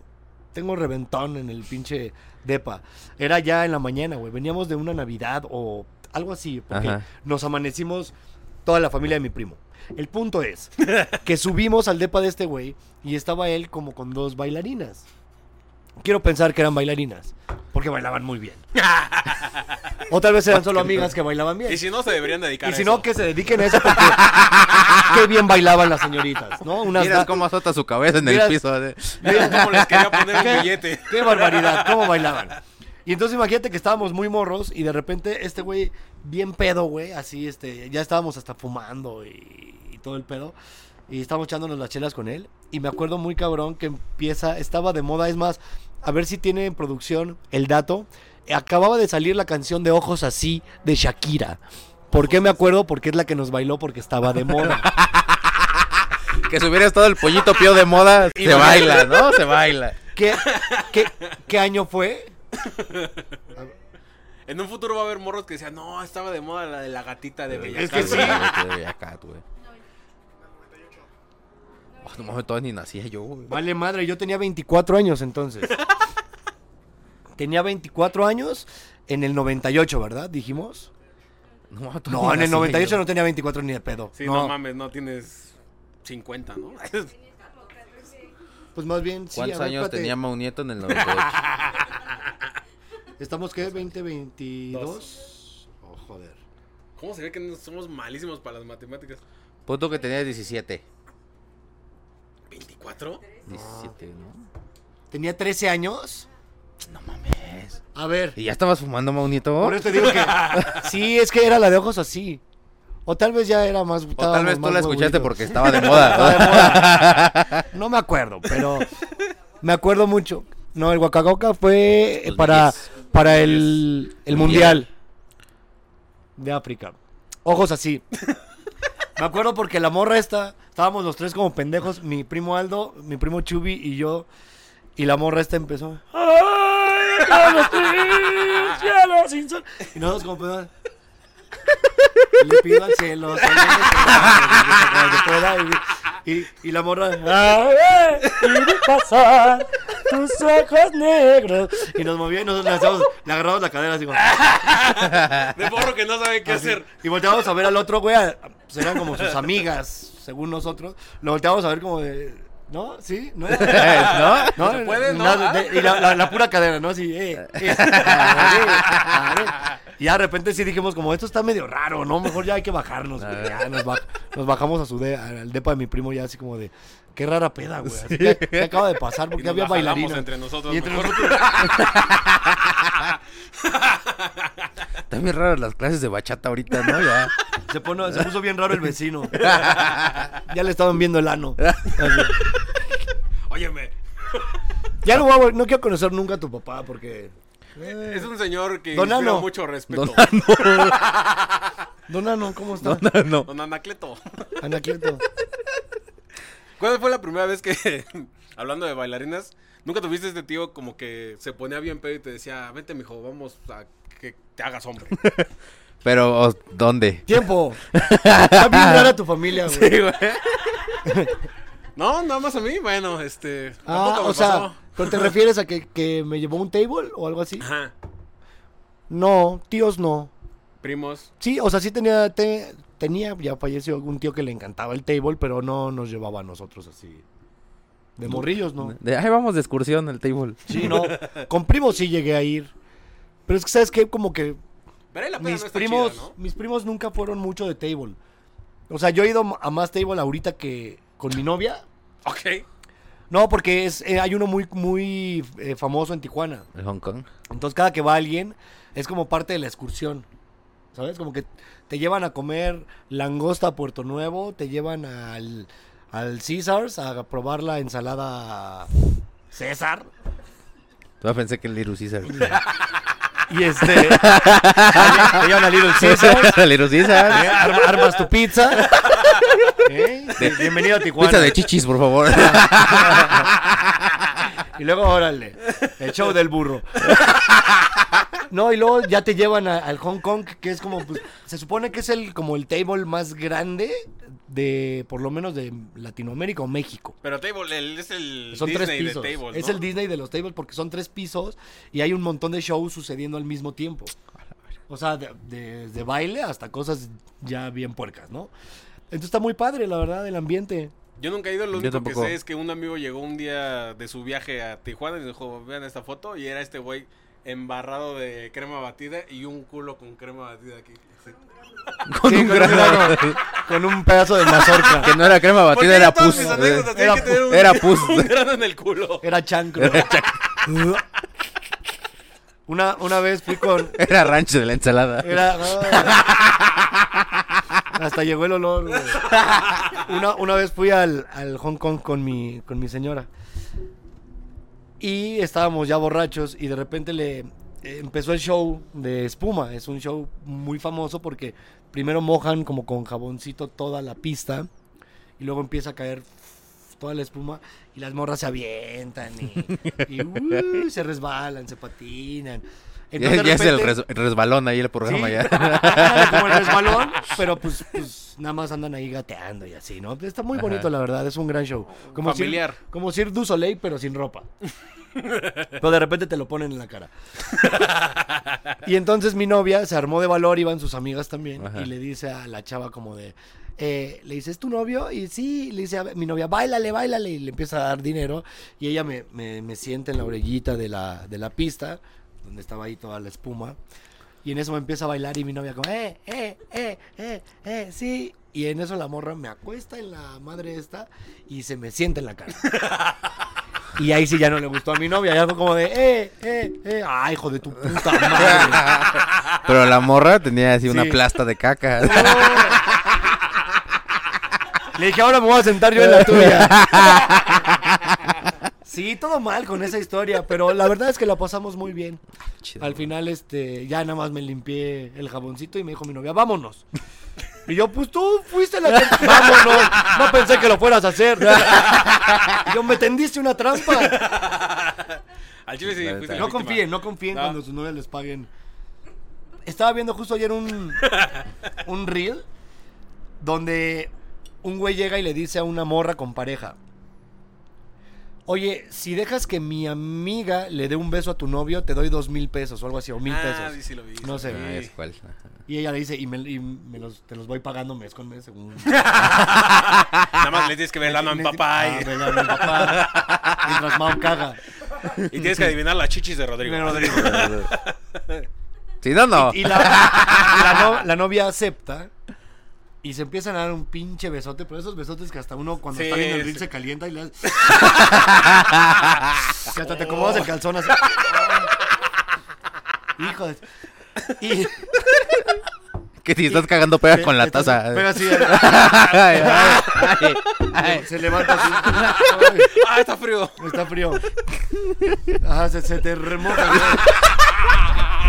Tengo reventón en el pinche depa. Era ya en la mañana, güey. Veníamos de una Navidad o algo así. Porque
Ajá.
nos amanecimos toda la familia de mi primo. El punto es que subimos al depa de este güey y estaba él como con dos bailarinas. Quiero pensar que eran bailarinas, porque bailaban muy bien. o tal vez eran solo amigas que bailaban bien.
Y si no, se deberían dedicar
Y
a
si
eso.
no, que se dediquen a eso porque qué bien bailaban las señoritas, ¿no? Unas
Miras
da-
cómo azota su cabeza en
Miras-
el piso. así.
Miren cómo les quería poner un billete.
Qué barbaridad, cómo bailaban. Y entonces imagínate que estábamos muy morros y de repente este güey, bien pedo, güey, así, este, ya estábamos hasta fumando y, y todo el pedo. Y estábamos echándonos las chelas con él. Y me acuerdo muy cabrón que empieza, estaba de moda, es más, a ver si tiene en producción el dato. Acababa de salir la canción de Ojos Así de Shakira. ¿Por qué me acuerdo? Porque es la que nos bailó porque estaba de moda.
Que si hubiera estado el pollito pío de moda, se baila, ¿no? Se baila.
¿Qué, qué, qué año fue?
En un futuro va a haber morros que decían, no, estaba de moda la de la gatita de Bella
Es que sí.
Sí, güey, de Bellacat, güey. Oh, No mames, todavía ni nacía yo, güey.
Vale madre, yo tenía 24 años entonces. tenía 24 años en el 98, ¿verdad? Dijimos.
No, mames, todavía
No,
ni
en el
nacía
98
yo.
no tenía 24 ni de pedo.
Sí, no.
no,
mames, no tienes 50, ¿no?
Pues más bien, sí.
¿Cuántos
a ver,
años
espérate.
tenía Mau Nieto en el 98?
¿Estamos qué? ¿20, 22? Oh, joder.
¿Cómo se ve que no- somos malísimos para las matemáticas?
Punto que tenía 17.
¿24?
17, ¿no?
¿Tenía 13 años?
No mames.
A ver.
¿Y ya estabas fumando, Mau Nieto?
Por eso te digo que. sí, es que era la de ojos así. O tal vez ya era más.
O tal vez tú la escuchaste porque
porque
estaba de moda.
Estaba
¿no?
de moda. No me acuerdo, pero me acuerdo mucho. No, el Huacagoca fue eh, para,
2010.
para el, el Mundial de África. Ojos así. Me acuerdo porque la morra esta, estábamos los tres como pendejos, mi primo Aldo, mi primo Chubi y yo. Y la morra esta empezó. "Ay, ya los tres, ya los sin sol". Y nosotros como pendejos. Le pido al cielo. señor, que pueda vivir". Y, y la morra. "A ver, y vi pasar tus ojos negros. Y nos movía y nosotros le, hacíamos- le agarramos la cadera así como.
De morro que no sabe qué
Así.
hacer.
Y volteábamos a ver al otro, güey. a- pues eran como sus amigas, según nosotros. Lo volteábamos a ver como de. ¿No? ¿Sí? ¿No?
¿No?
¿No?
¿Se puede? ¿No?
nada,
Ah.
de- y la, la- la pura cadera, ¿no? Así, eh, eh, a ver, a ver. Y ya de repente sí dijimos, como esto está medio raro, ¿no? Mejor ya hay que bajarnos, güey. Ya nos, ba- nos bajamos a su de- al depa de mi primo, ya así como de. Qué rara peda, güey. Así que, ¿qué acaba de pasar?
Y
Porque
nos
había
la jalamos
bailarinas.
entre nosotros
Y entre
mejor.
nosotros.
Están bien raras las clases de bachata ahorita, ¿no? Ya.
Se, pone- se puso bien raro el vecino. Ya le estaban viendo el ano.
Óyeme,
Ya no, voy a vol- no quiero conocer nunca a tu papá porque.
es un señor que
Eh. Don
inspira
Nano.
mucho respeto.
Don
Don,
Don Ano, ¿cómo estás?
no.
Anacleto.
Anacleto.
¿Cuándo fue la primera vez que, hablando de bailarinas, nunca tuviste este tío como que se ponía bien pedo y te decía, vente, mijo, vamos a que te hagas hombre?
Pero, ¿o- ¿dónde?
Tiempo. Está bien rara tu familia, güey.
No, nada más a mí, bueno, este.
Ah,
tampoco me
o sea,
pasó.
¿pero ¿te refieres a que, que me llevó un table o algo así?
Ajá.
No, tíos no.
Primos.
Sí, o sea, sí tenía, te- tenía, ya falleció un tío que le encantaba el table, pero no nos llevaba a nosotros así. De morrillos, ¿no?
De, ahí vamos de excursión al table.
Sí, no. Con primos sí llegué a ir. Pero es que, ¿sabes qué? Como que
Pero ahí la peda
mis
no está
primos,
chida, ¿no?
mis primos nunca fueron mucho de table. O sea, yo he ido a más table ahorita que con mi novia.
Ok.
No, porque es, eh, hay uno muy, muy eh, famoso en Tijuana.
En Hong Kong.
Entonces, cada que va alguien, es como parte de la excursión. ¿Sabes? Como que te llevan a comer langosta a Puerto Nuevo, te llevan al, al Caesars a probar la ensalada César.
Yo pensé que el Little Caesar.
Y este. te llevan al Little Caesars.
El Little
¿eh?
Caesar.
Ar- Armas tu pizza. ¿eh? Bienvenido a Tijuana.
Pizza de chichis, por favor.
Y luego, órale, el show del burro. No, y luego ya te llevan a- al Hong Kong, que es como, pues, se supone que es el como el table más grande de, por lo menos de Latinoamérica o México.
Pero Table el- es el
Son
Disney
tres pisos.
de Table.
Es
¿no?
el Disney de los tables porque son tres pisos y hay un montón de shows sucediendo al mismo tiempo. O sea, de- de- desde baile hasta cosas ya bien puercas, ¿no? Entonces está muy padre, la verdad, el ambiente.
Yo nunca he ido,
Yo
lo único que
tampoco.
sé es que un amigo llegó un día de su viaje a Tijuana y dijo, vean esta foto, y era este güey embarrado de crema batida y un culo con crema batida aquí. Sí.
Con
Sí,
un
con un
grano.
grano, con un pedazo de mazorca.
Que no era crema
Porque
batida,
yo
era
todas
pus.
mis anécdotas tienen
Era
que tener
pu-
un-
era pus.
Un grano en el culo.
Era chancro. una, una vez fui con.
Era rancho de la ensalada.
Era. ah. hasta llegó el olor, güey. Una, una vez fui al, al Hong Kong con mi, con mi señora. Y estábamos ya borrachos y de repente le eh, empezó el show de espuma. Es un show muy famoso porque primero mojan como con jaboncito toda la pista y luego empieza a caer toda la espuma y las morras se avientan y, y, uh, se resbalan, se patinan.
Ya,
Entonces, de
ya es el
repente-
res- el resbalón ahí el programa
Sí.
ya.
Ándale, como el resbalón, pero pues, pues nada más andan ahí gateando y así, ¿no? Está muy
Ajá.
bonito, la verdad, es un gran show. Como Cir-
Familiar.
como Cirque du Soleil, pero sin ropa. Pero de repente te lo ponen en la cara. Y entonces mi novia se armó de valor, iban sus amigas también,
Ajá.
y le dice a la chava como de... eh, le dice, ¿es tu novio? Y sí, le dice a mi novia, bailale, bailale, y le empieza a dar dinero. Y ella me, me, me sienta en la orellita de la, de la pista, donde estaba ahí toda la espuma. Y en eso me empieza a bailar y mi novia como, eh, eh, eh, eh, eh, sí. Y en eso la morra me acuesta en la madre esta y se me sienta en la cara. Y ahí sí ya no le gustó a mi novia, ya fue como de, eh, eh, eh, ah, hijo de tu puta madre.
Pero la morra tenía así una
Sí.
plasta de caca.
Le dije, ahora me voy a sentar yo en la tuya. Sí, todo mal con esa historia, pero la verdad es que la pasamos muy bien.
Chido,
Al final, este, ya nada más me limpié el jaboncito y me dijo mi novia, vámonos. Y yo, pues tú fuiste la que... Vámonos. No pensé que lo fueras a hacer. Yo, me tendiste una trampa.
Al chile sí,
La
fuiste
neta.
la
No
víctima.
confíen, no confíen
No.
cuando sus novias les paguen. Estaba viendo justo ayer un, un reel donde un güey llega y le dice a una morra con pareja. Oye, si dejas que mi amiga le dé un beso a tu novio, te doy dos mil pesos o algo así, o mil
Ah,
pesos.
sí, sí lo vi. sí
No
lo
sé.
vi.
Ah, ya sé cuál. Ajá.
Y ella le dice, y me, y me los, te los voy pagando mes con mes, según...
Nada más le tienes que ver la en papá
Ah,
y,
me llama en papá. Mientras Mau caga. Ah,
y tienes que adivinar las chichis de Rodrigo. Ah,
Primero digo.
Sí, no, no.
Y la, y la no- la novia acepta y se empiezan a dar un pinche besote, pero esos besotes que hasta uno cuando
Sí,
está viendo el reel
sí.
se calienta y le hace- que hasta te acomodas el calzón así. Hijo de... Y
Que si estás cagando pega con la
Entonces,
taza.
pega así,
Ay, ay, ay.
se levanta así. Ay.
Ah, está frío.
Está frío. Ajá, se, se te remoja.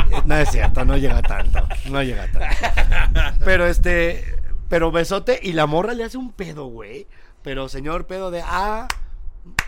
güey. No es cierto, no llega tanto. No llega tanto. Pero este. Pero besote y la morra le hace un pedo, güey. Pero señor pedo de. Ah,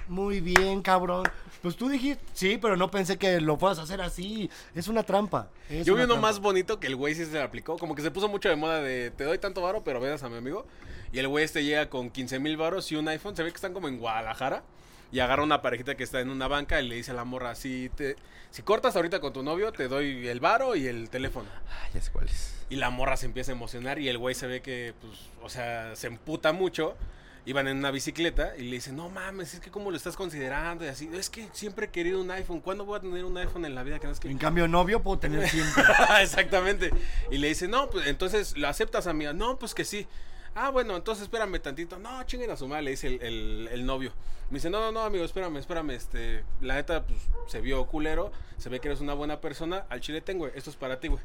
muy bien, cabrón. Pues tú dijiste. Sí, pero no pensé que lo puedas hacer así. Es una trampa. es
Yo vi
una
uno
trampa.
más bonito que el güey sí se le aplicó. Como que se puso mucho de moda de te doy tanto varo, pero veas a mi amigo. Y el güey este llega con 15 mil varos y un iPhone. Se ve que están como en Guadalajara. Y agarra una parejita que está en una banca y le dice a la morra: si, te, si cortas ahorita con tu novio, te doy el varo y el teléfono.
Ay, ya sé cuál es.
Y la morra se empieza a emocionar y el güey se ve que, pues, o sea, se emputa mucho. Iban en una bicicleta y le dice, no mames, es que cómo lo estás considerando y así. Es que siempre he querido un iPhone. ¿Cuándo voy a tener un iPhone en la vida? Que no es que...
En cambio, novio puedo tener siempre.
Exactamente. Y le dice, no, pues entonces, ¿lo aceptas, amiga? No, pues que sí. ah, bueno, entonces espérame tantito. No, chinguen a su madre, le dice el, el- el novio. Me dice, no, no, no, amigo, espérame, espérame. Este, la neta, pues, se vio culero, se ve que eres una buena persona. Al chile tengo, esto es para ti, güey.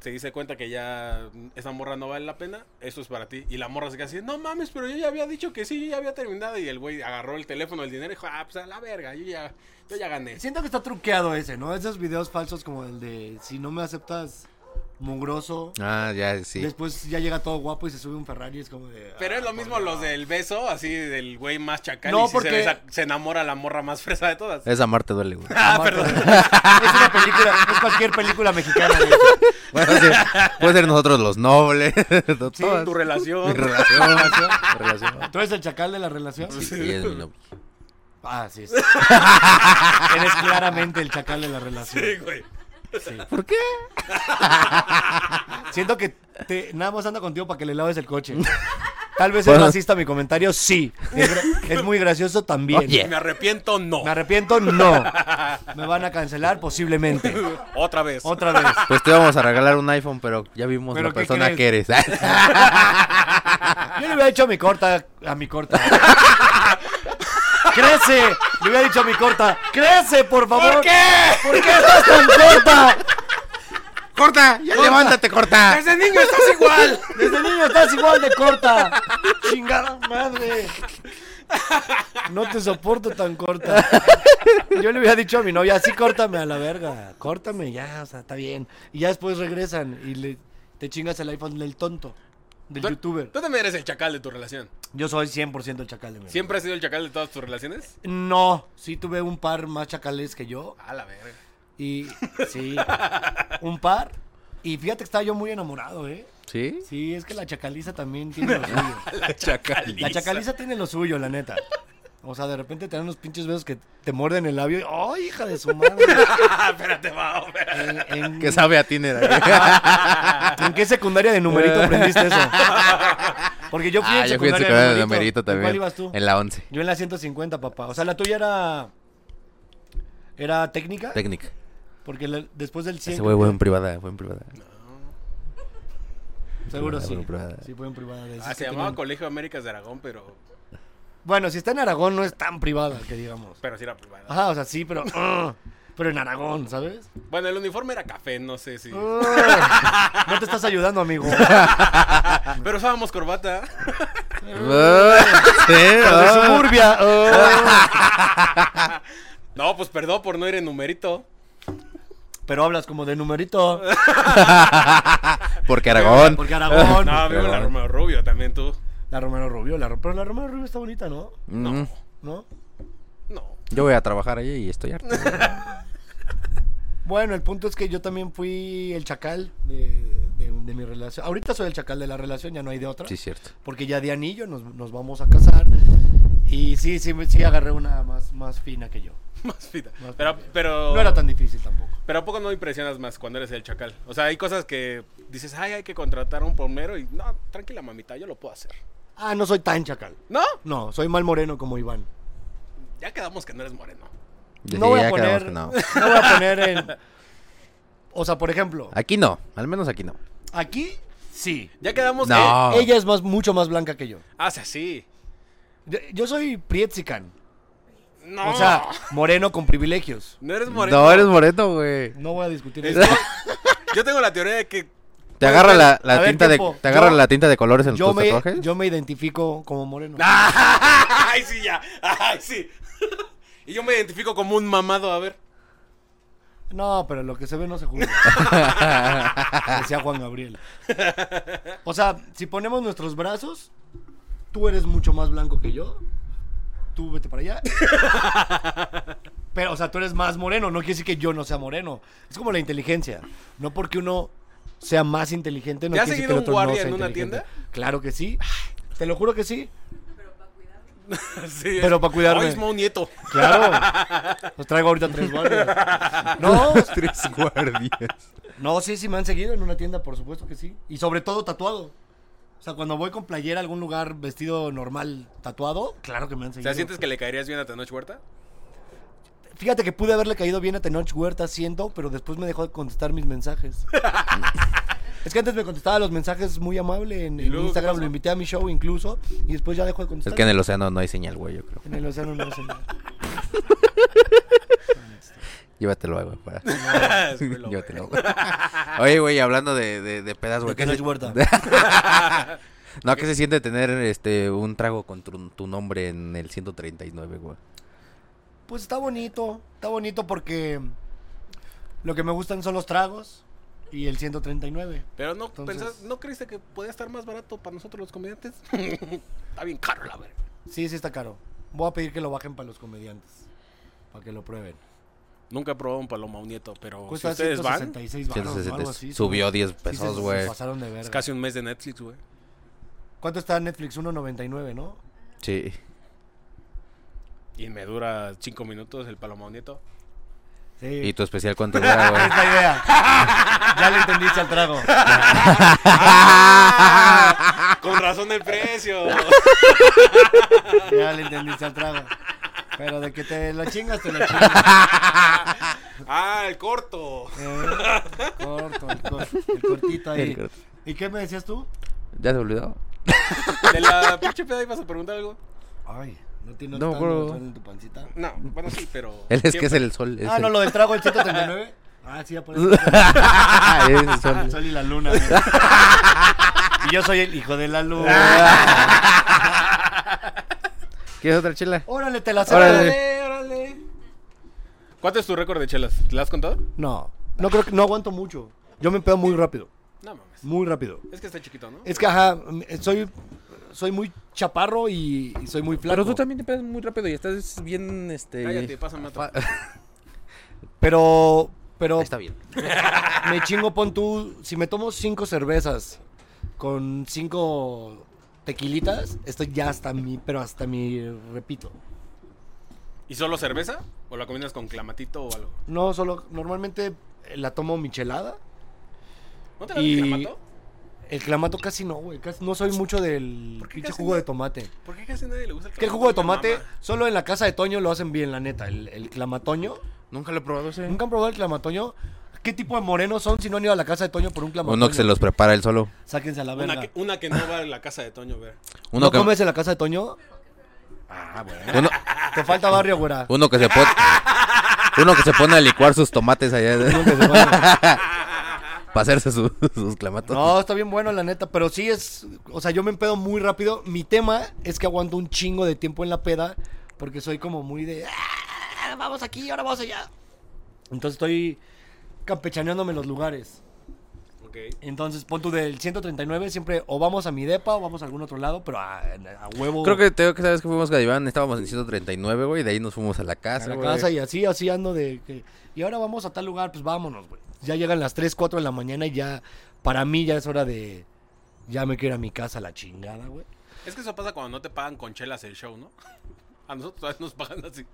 Se dice cuenta que ya mm, esa morra no vale la pena, esto es para ti. Y la morra se queda así, no mames, pero yo ya había dicho que sí, yo ya había terminado. Y el güey agarró el teléfono, el dinero y dijo, ah, pues a la verga, yo ya, yo ya gané.
Siento que está truqueado ese, ¿no? Esos videos falsos como el de si no me aceptas mugroso.
Ah, ya, sí.
Después ya llega todo guapo y se sube un Ferrari, es como de... "Ah,
Pero es lo mismo los del beso, así del güey más chacal.
No,
y si
porque-
se, besa- se enamora la morra más fresa de todas.
Esa Marte duele, güey.
Ah, perdón. Es una película, es cualquier película mexicana. de hecho.
Bueno, sí, puede ser nosotros los nobles. to-
Sí,
todas.
tu
Mi
relación.
relación, relación, relación.
¿Tú eres el chacal de la relación?
Sí, y es mi novio.
Ah, sí. sí. eres claramente el chacal de la relación.
Sí, güey.
¿Por qué?
Siento que te, nada más anda contigo para que le laves el coche. Tal vez
Bueno.
es racista mi comentario, sí. Es, gra- es muy gracioso también.
Oye.
Me arrepiento, no.
Me arrepiento, no. Me van a cancelar posiblemente.
Otra vez.
Otra vez.
Pues te íbamos a regalar un iPhone, pero ya vimos
¿Pero
la
qué
persona que
crees?
eres.
Yo le hubiera dicho a mi corta, a mi corta. ¡Crece! Le hubiera dicho a mi corta, ¡crece, por favor!
¿Por qué?
¿Por qué estás tan corta?
¡Corta! ¡Ya levántate, corta!
Desde niño estás igual.
Desde niño estás igual de corta. Chingada madre. No te soporto tan corta. Yo le hubiera dicho a mi novia, sí, córtame a la verga. Córtame ya, o sea, está bien. Y ya después regresan y le, te chingas el iPhone del tonto, del
Tú-
youtuber.
Tú también eres el chacal de tu relación.
Yo soy 100% el chacal de mi
¿Siempre has sido el chacal de todas tus relaciones?
No, sí tuve un par más chacales que yo.
A la verga.
Y sí, un par. Y fíjate que estaba yo muy enamorado, ¿eh?
¿Sí?
Sí, es que la chacaliza también tiene lo suyo.
La chacaliza.
La chacaliza tiene lo suyo, la neta. O sea, de repente te dan unos pinches besos que te muerden el labio. y, ¡Ay, hija de su madre!
Espérate, va, espérate.
¿En, en-
Que sabe a Tinder. güey.
en qué secundaria de numerito aprendiste eso? Porque yo fui
Ah,
en
yo fui en
secundaria
secundaria
de
de
numerito.
Merito
¿En cuál
también.
ibas tú?
En la 11.
Yo en la 150, papá. O sea, la tuya era... ¿Era técnica?
Técnica.
Porque la- después del 100...
Ese güey fue en privada, fue en privada.
Seguro
Fue
sí.
en privada.
Sí, fue en privada. de esas
Ah, se
que
llamaba
tenían-
Colegio Américas de Aragón, pero,
Bueno, si está en Aragón no es tan privada, que digamos.
pero sí era privada.
Ajá, o sea, sí, pero... ugh, pero en Aragón, ¿sabes?
Bueno, el uniforme era café, no sé si.
Uh.
Ah, No te estás ayudando, amigo.
Ah, Pero usábamos corbata.
Sí,
Pero de
ah.
suburbia. ah.
No, pues perdón por no ir en numerito.
Pero hablas como de numerito.
Porque Aragón.
Porque Aragón.
No, vivo en la
Perdón.
Romeo Rubio también tú.
La Romero Rubio. La, Ro- pero la Romero Rubio está bonita, ¿no?
Mm,
No.
¿No?
Yo voy a trabajar allí y estoy harto.
Bueno, el punto es que yo también fui el chacal de, de- de mi relación. Ahorita soy el chacal de la relación, ya no hay de otra.
Sí, cierto.
Porque ya de anillo nos, nos vamos a casar. Y sí, sí, sí agarré una más, más fina que yo.
Más fita.
Más
Pero,
fita.
pero.
No era tan difícil tampoco.
Pero a poco no impresionas más cuando eres el chacal. O sea, hay cosas que dices, ay, hay que contratar a un plomero y no, tranquila, mamita, yo lo puedo hacer.
Ah, no soy tan chacal.
¿No?
No, soy mal moreno como Iván.
Ya quedamos que no eres moreno.
Ya-
No voy a
ya quedamos
poner.
que
No.
no.
voy a poner en. O sea, por ejemplo,
Aquí no, al menos aquí no.
aquí sí.
Ya quedamos que.
No.
e-, Ella es más, mucho más blanca que yo.
Hace así.
Yo, yo soy Prietzican.
No.
O
Ah.
sea, moreno con privilegios.
no eres moreno.
No, eres moreto, güey.
No voy a discutir
Es-
eso.
Yo tengo la teoría de que.
Te agarra la, la
a ver,
tinta de
tiempo.
te agarra
Yo-
la tinta de colores en
Yo
tus
me,
tatuajes.
yo me identifico como moreno.
¡Ay, sí, ya! ¡Ay, sí! Y yo me identifico como un mamado, a ver.
No, pero lo que se ve no se juzga. Decía Juan Gabriel. O sea, si ponemos nuestros brazos, tú eres mucho más blanco que yo. Tú vete para allá. Pero, o sea, tú eres más moreno. No quiere decir que yo no sea moreno. Es como la inteligencia. No porque uno sea más inteligente, no
¿Te ha
quiere decir que
seguido un
el otro no
guardia
sea
en una
inteligente.
tienda?
Claro que sí. Te lo juro que sí.
Sí, es-
Pero para cuidarme.
Ay, es Mau Nieto.
Claro. Los traigo ahorita tres guardias. No,
tres guardias.
No, sí, sí me han seguido en una tienda, por supuesto que sí. Y sobre todo tatuado. O sea, cuando voy con playera a algún lugar vestido normal tatuado, claro que me han
O
seguido.
sea, ¿sientes que le caerías bien a Tenoch Huerta?
Fíjate que pude haberle caído bien a Tenoch Huerta siendo, pero después me dejó de contestar mis mensajes. Es que antes me contestaba los mensajes muy amable en,
¿Y
en
luego qué
Instagram,
pasó?
lo invité a mi show incluso, y después ya dejó de
Es
contestar.
que en el océano no hay señal, güey, yo creo.
En el océano no se
Llévatelo, güey, para.
Súbelo, güey.
Llévatelo, güey. Oye, güey, hablando de, de, de pedas, güey.
que
¿qué
no
se-
es huerta.
no, ¿qué se siente tener este un trago con tu, tu nombre en el 139, güey?
Pues está bonito, está bonito porque lo que me gustan son los tragos y el 139.
Pero no,
Entonces-
pensás- ¿no creíste que podía estar más barato para nosotros los comediantes? Está bien caro, la verga.
Sí, sí está caro. Voy a pedir que lo bajen para los comediantes, para que lo prueben.
Nunca he probado un paloma, un nieto, pero
Cuesta
si ustedes van,
166 baros, o algo
160.
así.
Subió 10
Sí, se-
pesos,
se
güey.
pasaron de verga.
es casi un mes de Netflix, güey.
¿Cuánto está Netflix? 1.99, ¿no?
Sí.
Y me dura cinco minutos el paloma, un nieto.
Sí.
¿Y tu especial cuánto dura, güey?
Es la idea. ya le entendiste al trago.
Con razón el precio.
Ya le entendiste al trago. Pero de que te lo chingas, te lo chingas.
ah, el corto.
Eh, corto, el, cor- el cortito ahí.
El corto.
¿Y qué me decías tú?
¿Ya se olvidó?
De la pinche peda ibas a preguntar algo.
Ay, no tiene
No,
tanto
bro.
alcohol en tu pancita.
No, bueno, sí, pero.
Él es que es
siempre-
el sol. es
Ah,
el-
no, lo del trago el 139. Ah, sí, ya por eso.
Ah, Es el
El
sol.
sol y la luna. güey. y yo soy el hijo de la luna.
¿Quieres otra chela?
Órale, te la
Órale.
sabes.
Órale, Eh, órale. ¿Cuánto es tu récord de chelas? ¿Te la has contado?
No, no creo que no aguanto mucho. Yo me pedo muy rápido,
No mames.
muy rápido.
Es que está chiquito, ¿no?
Es que ajá, mm, soy soy muy chaparro y, y soy muy flaco.
Pero tú también te pegas muy rápido y estás bien, este...
Cállate, pásame otro.
Pero pero
Está bien.
me chingo pon tú, si me tomo cinco cervezas con cinco tequilitas, estoy ya hasta mi, pero hasta mi repito.
¿Y solo cerveza? ¿O la combinas con clamatito o algo?
No, solo normalmente eh, la tomo michelada.
¿No te la
Y-
clamato?
El clamato casi no, güey. casi- no soy mucho del
qué
pinche
casi
jugo
no? pues
de tomate.
¿Por qué casi nadie le gusta el clamato?
Que el jugo de
Me
tomate,
mama.
solo en la casa de Toño lo hacen bien, la neta. El, el clamatoño.
Nunca lo he probado ese.
¿Nunca han probado el clamatoño? ¿Qué tipo de morenos son si no han ido a la casa de Toño por un clamatoño?
Uno que se los prepara él solo.
Sáquense a la verga.
Una que, una que no va a la casa de Toño, ver.
Uno
¿No
que...
comes en la casa de Toño?
Uno,
Te falta barrio, güera.
uno que se pone... Uno que se pone a licuar sus tomates allá. para hacerse su- sus clamatos.
No, está bien bueno, la neta. Pero sí es. O sea, yo me empedo muy rápido. Mi tema es que aguanto un chingo de tiempo en la peda. Porque soy como muy de. "Ah, Vamos aquí, ahora vamos allá. Entonces estoy campechaneándome los lugares.
Ok.
Entonces, pon tú del 139, siempre o vamos a mi depa o vamos a algún otro lado, pero a, a huevo.
Creo que tengo que sabes que fuimos a Iván, estábamos en 139, güey, y de ahí nos fuimos a la
a
casa,
la
güey.
casa y así, así ando de que. Y ahora vamos a tal lugar, pues vámonos, güey. Ya llegan las 3, 4 de la mañana y ya, para mí ya es hora de. Ya me quiero ir a mi casa, la chingada, güey.
Es que eso pasa cuando no te pagan con chelas el show, ¿no? A nosotros todavía nos pagan así.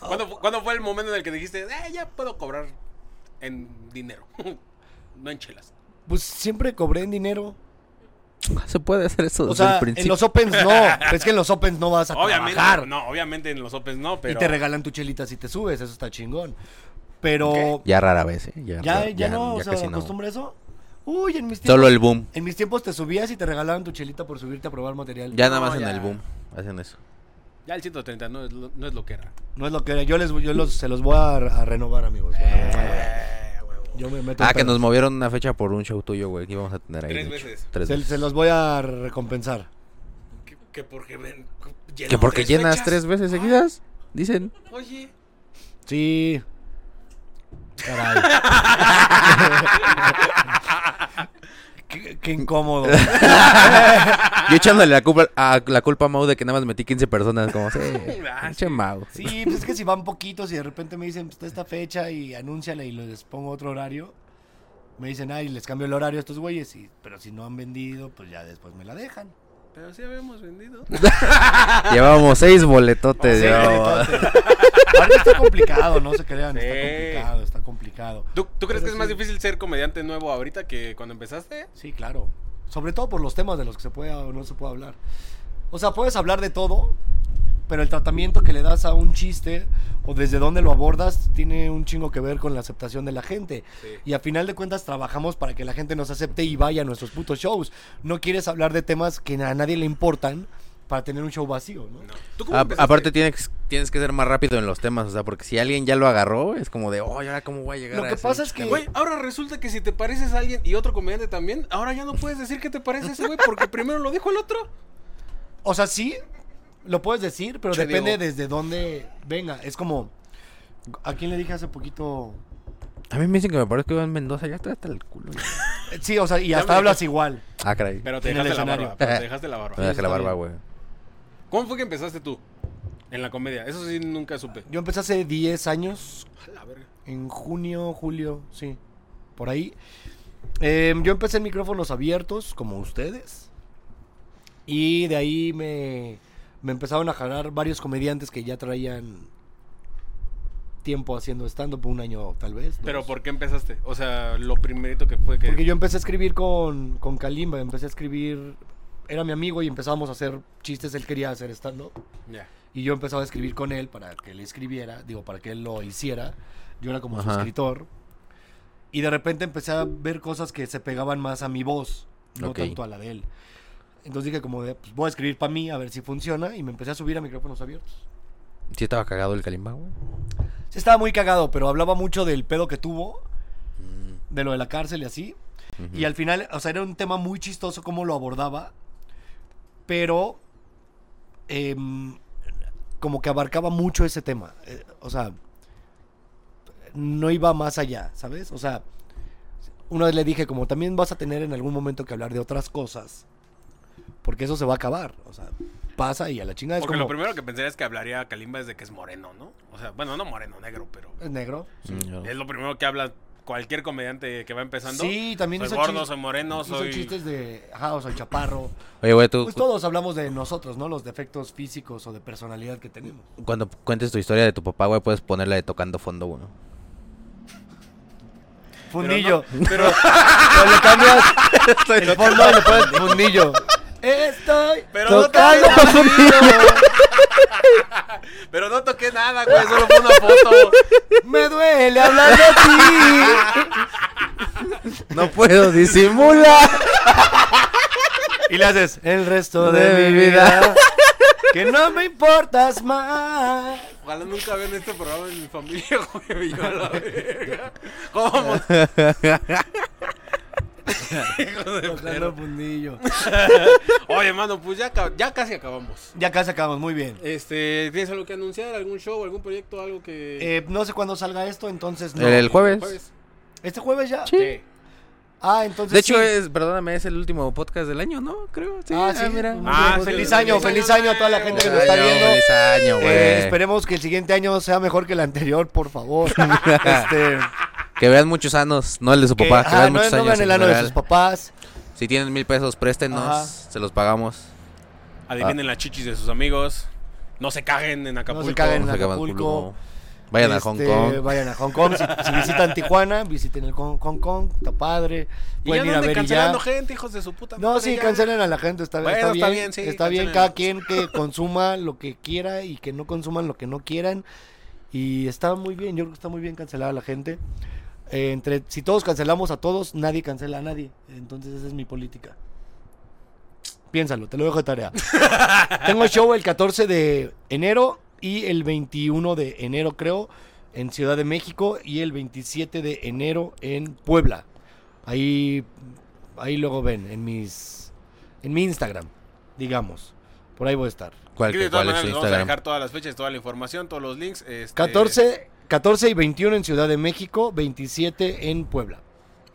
¿Cuándo, fu- cuándo fue el momento en el que dijiste, eh, ya puedo cobrar en dinero? no en chelas.
Pues siempre cobré en dinero.
Se puede hacer eso
O
desde
sea,
el
en
principio.
los opens no. Es que en los opens no vas a
Obviamente,
trabajar.
no, obviamente en los Opens no, pero.
Y te regalan tu chelita si te subes, eso está chingón. Pero.
Ya rara vez, ¿eh? Ya,
Ya,
ya-
ya,
ya
no, o
casi
sea, este
no.
acostumbra eso. Uy, en mis tiempos.
Solo el boom.
En mis tiempos te subías y te regalaban tu chelita por subirte a probar material.
Ya nada
No,
más en
ya.
el boom hacen eso.
Ya el 130 no es lo, no es lo que era.
No es lo que era. Yo, les, yo los, se los voy a, a renovar, amigos. Bueno, bueno, Yo me meto. en
Eh. Ah, que
pedos.
nos movieron una fecha por un show tuyo, güey, que íbamos a tener ahí.
Tres
de hecho.
veces.
Tres
Se,
veces.
se los voy a recompensar.
Que, que porque ven.
Que porque llenas tres
veces.
veces seguidas, dicen.
Oye.
Sí. Caray. qué, qué incómodo.
Yo echándole la culpa a la culpa a Mau de que nada más metí 15 personas, como sí,
Ah,
pinche Mau.
Sí, pues es que si van poquitos y de repente me dicen, pues está esta fecha y anúnciala y les pongo otro horario. Me dicen, ay, les cambio el horario a estos güeyes. Y, pero si no han vendido, pues ya después me la dejan.
Pero sí habíamos vendido.
Llevábamos seis boletotes,
Sí,
llevábamos.
entonces, Ahorita está complicado, no se crean,
Sí.
está complicado, está complicado.
¿Tú, tú crees
Pero
que es más
sí.
difícil ser comediante nuevo ahorita que cuando empezaste?
Sí, claro. Sobre todo por los temas de los que se puede o no se puede hablar. O sea, puedes hablar de todo, pero el tratamiento que le das a un chiste o desde dónde lo abordas tiene un chingo que ver con la aceptación de la gente. Y a final de cuentas trabajamos para que la gente nos acepte y vaya a nuestros putos shows. No quieres hablar de temas que a nadie le importan para tener un show vacío, ¿no?
No. ¿Tú cómo
Ah,
Ah,
A-
empezaste?
aparte tienes, tienes que ser más rápido en los temas, o sea, porque si alguien ya lo agarró, es como de, oh, ¿y ahora cómo voy a llegar
Lo
a
que
eso?"
pasa es que
Güey, ahora resulta que si te pareces a alguien y otro comediante también, ahora ya no puedes decir que te parece ese güey porque primero lo dijo el otro.
O sea, sí, lo puedes decir, pero
Che,
depende
Diego.
desde dónde venga. Es como. ¿A quién le dije hace poquito?
A mí me dicen que me parezco que en Mendoza, ya estoy hasta el culo. güey.
Eh, Sí, o sea, y
Ya
hasta
me
hablas igual.
Ah, caray.
Pero te
En el
dejaste la
escenario.
barba, pero te dejaste la barba.
Me dejé la
está
barba,
bien.
güey.
¿Cómo fue que empezaste tú en la comedia? Eso sí nunca supe.
Yo empecé hace 10 años,
A la verga.
en junio, julio, sí, por ahí. Eh, yo empecé en micrófonos abiertos, como ustedes. Y de ahí me, me empezaron a jalar varios comediantes que ya traían tiempo haciendo stand-up, un año tal vez. dos.
Pero ¿por qué empezaste? O sea, lo primerito que fue que...
Porque yo empecé a escribir con, con Kalimba, empecé a escribir, era mi amigo y empezábamos a hacer chistes, él quería hacer stand-up.
Ya.
Y yo empezaba a escribir con él para que él escribiera, digo, para que él lo hiciera. Yo era como su
Ajá.
escritor. Y de repente empecé a ver cosas que se pegaban más a mi voz, no
Ok.
tanto a la de él. Entonces dije como, de, pues voy a escribir para mí, a ver si funciona. Y me empecé a subir a micrófonos abiertos.
Sí estaba cagado el Kalimba, güey.
Sí, estaba muy cagado, pero hablaba mucho del pedo que tuvo,
Mm,
de lo de la cárcel y así.
ujú.
Y al final, o sea, era un tema muy chistoso cómo lo abordaba, pero em, como que abarcaba mucho ese tema. eh, o sea, no iba más allá, ¿sabes? O sea, una vez le dije, como también vas a tener en algún momento que hablar de otras cosas, porque eso se va a acabar. O sea, pasa y a la chingada es
Porque
como...
lo primero que pensaría es que hablaría Kalimba desde que es moreno, ¿no? O sea, bueno, no moreno, negro, pero...
¿Es negro?
Mm, yo-
Eh,
Es lo primero que habla cualquier comediante que va empezando.
Sí, también
soy
hizo
gordo,
chis-
soy moreno,
hizo
soy...
chistes de... Ajá, o sea, chaparro.
Oye, güey, tú
Pues todos hablamos de nosotros, ¿no? Los defectos físicos o de personalidad que tenemos.
cu- cuando cuentes tu historia de tu papá, güey, puedes ponerla de tocando fondo, güey.
Fundillo.
Pero, no- pero,
Pero le cambias el fondo y le pones fundillo. Estoy
Pero no
tocando
te hagas
fundillo.
pero no toqué nada, güey, solo fue una foto.
Me duele hablar de ti.
No puedo, disimula.
Y le haces el resto
de
de,
mi
mi vida. Que no me importas más.
Ojalá nunca vean este programa en mi familia, güey. Yo a la verga. ¿Cómo? Hijo de
Tocando
perro.
fundillo.
Oye, mano, pues ya, acab- ya casi acabamos.
Ya casi acabamos, muy bien.
Este, ¿tienes algo que anunciar? ¿Algún show, algún proyecto, algo que.
Eh, no sé cuándo salga esto, entonces no.
El, el jueves.
¿Este jueves ya?
Sí.
Ah, entonces
De hecho,
sí.
es, perdóname, es el último podcast del año, ¿no? Creo. Sí,
Ah, sí.
mira.
Ah,
Último
Pues
podcast
feliz
del
año, feliz año a toda la gente que nos está
Ay, no,
viendo.
Feliz año, güey.
Eh, esperemos que el siguiente año sea mejor que el anterior, por favor. este,
Que vean muchos anos, no el de su
que-
papá. Que,
ajá,
vean
no,
muchos
no
años.
vean el
en
ano de
general.
sus papás.
Si tienen mil pesos, préstenos,
Ajá.
se los pagamos.
Adivinen las chichis de sus amigos. No se caguen en Acapulco.
Ah. No se caguen en
Vamos a acabar
Acapulco.
culo. Vayan a
Este,
Hong Kong.
Vayan a Hong Kong. Si, si visitan Tijuana, visiten el Hong, Hong Kong. Está
Y
padre.
ya
Pueden ir Pues a
anden
ver y ya.
cancelando gente, hijos de su puta
No,
madre,
sí,
ya.
cancelen a la gente. Está,
Bueno,
está bien.
está
Está
bien, sí, cancelen.
bien, cada quien que consuma lo que quiera y que no consuman lo que no quieran. Y está muy bien. Yo creo que está muy bien cancelar a la gente. Eh, entre, si todos cancelamos a todos, nadie cancela a nadie. Entonces, esa es mi política. Piénsalo, te lo dejo de tarea. Tengo show el 14 de enero y el 21 de enero, creo, en Ciudad de México y el 27 de enero en Puebla. Ahí, ahí luego ven, en mis. En mi Instagram, digamos. Por ahí voy a estar.
¿Cuál,
Aquí de
que-
todas
cuál
maneras
es su
les vamos a
Instagram?
dejar todas las fechas, toda la información, todos los links. este,
14, 14 y 21 en Ciudad de México, 27 en Puebla.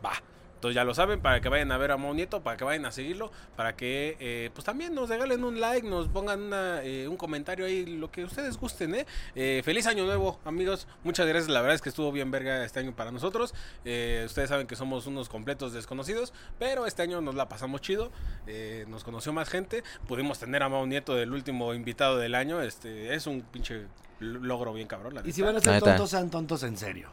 Va. Entonces ya lo saben, para que vayan a ver a Mau Nieto, para que vayan a seguirlo, para que eh, pues también nos regalen un like, nos pongan una, eh, un comentario ahí, lo que ustedes gusten, ¿eh? Eh, Feliz año nuevo, amigos. Muchas gracias, la verdad es que estuvo bien verga este año para nosotros. Eh, ustedes saben que somos unos completos desconocidos, pero este año nos la pasamos chido, eh, nos conoció más gente, pudimos tener a Mau Nieto del último invitado del año, este es un pinche logro bien cabrón. La
Y
neta.
si van a
Ahí
ser
está.
tontos, sean tontos en serio.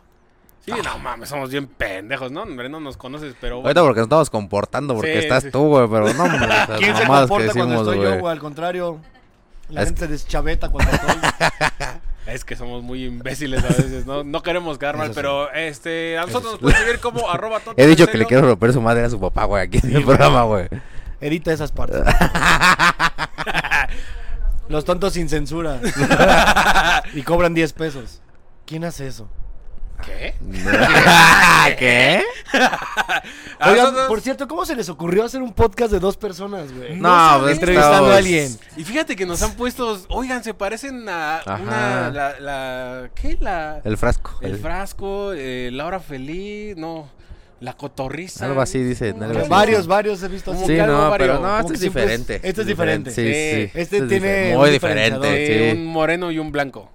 Sí, no mames, somos bien pendejos, ¿no? Hombre, no nos conoces, pero...
Ahorita porque nos estamos comportando, porque
Sí,
estás
sí.
tú, güey, pero no, hombre, esas
¿Quién se
mamadas que
comporta cuando
decimos,
estoy yo,
güey.
güey? Al contrario. La
Es
gente se deschaveta cuando todo-
Es que somos muy imbéciles a veces, ¿no? No queremos quedar mal,
Eso sí.
pero este, a nosotros nos pueden seguir como arroba
He dicho que
tototercero.
le quiero romper su madre a su papá, güey, aquí en el
güey.
programa, güey.
Edita esas partes. Los tontos sin censura. y cobran 10 pesos. ¿Quién hace eso?
¿Qué?
¿Qué? Ah,
A
Oigan,
nosotros-
por cierto, ¿cómo se les ocurrió hacer un podcast de dos personas, güey?
No, pues,
entrevistando
estamos-
a alguien.
Y fíjate que nos han puesto, oigan, se parecen a
Ajá.
una, la, la, ¿qué? La, el,
El frasco. el-
frasco, eh, Laura Feliz, no, la cotorriza.
Algo así dicen, algo así.
Varios, varios he visto así.
Como
Sí,
que algo
no,
vario,
pero no,
como
este
que
es
siempre es-
diferente.
este es
Sí,
diferente.
sí.
Este
es
tiene
diferente,
un
Muy
diferenciador.
Eh,
diferente,
Un
sí.
moreno y un blanco.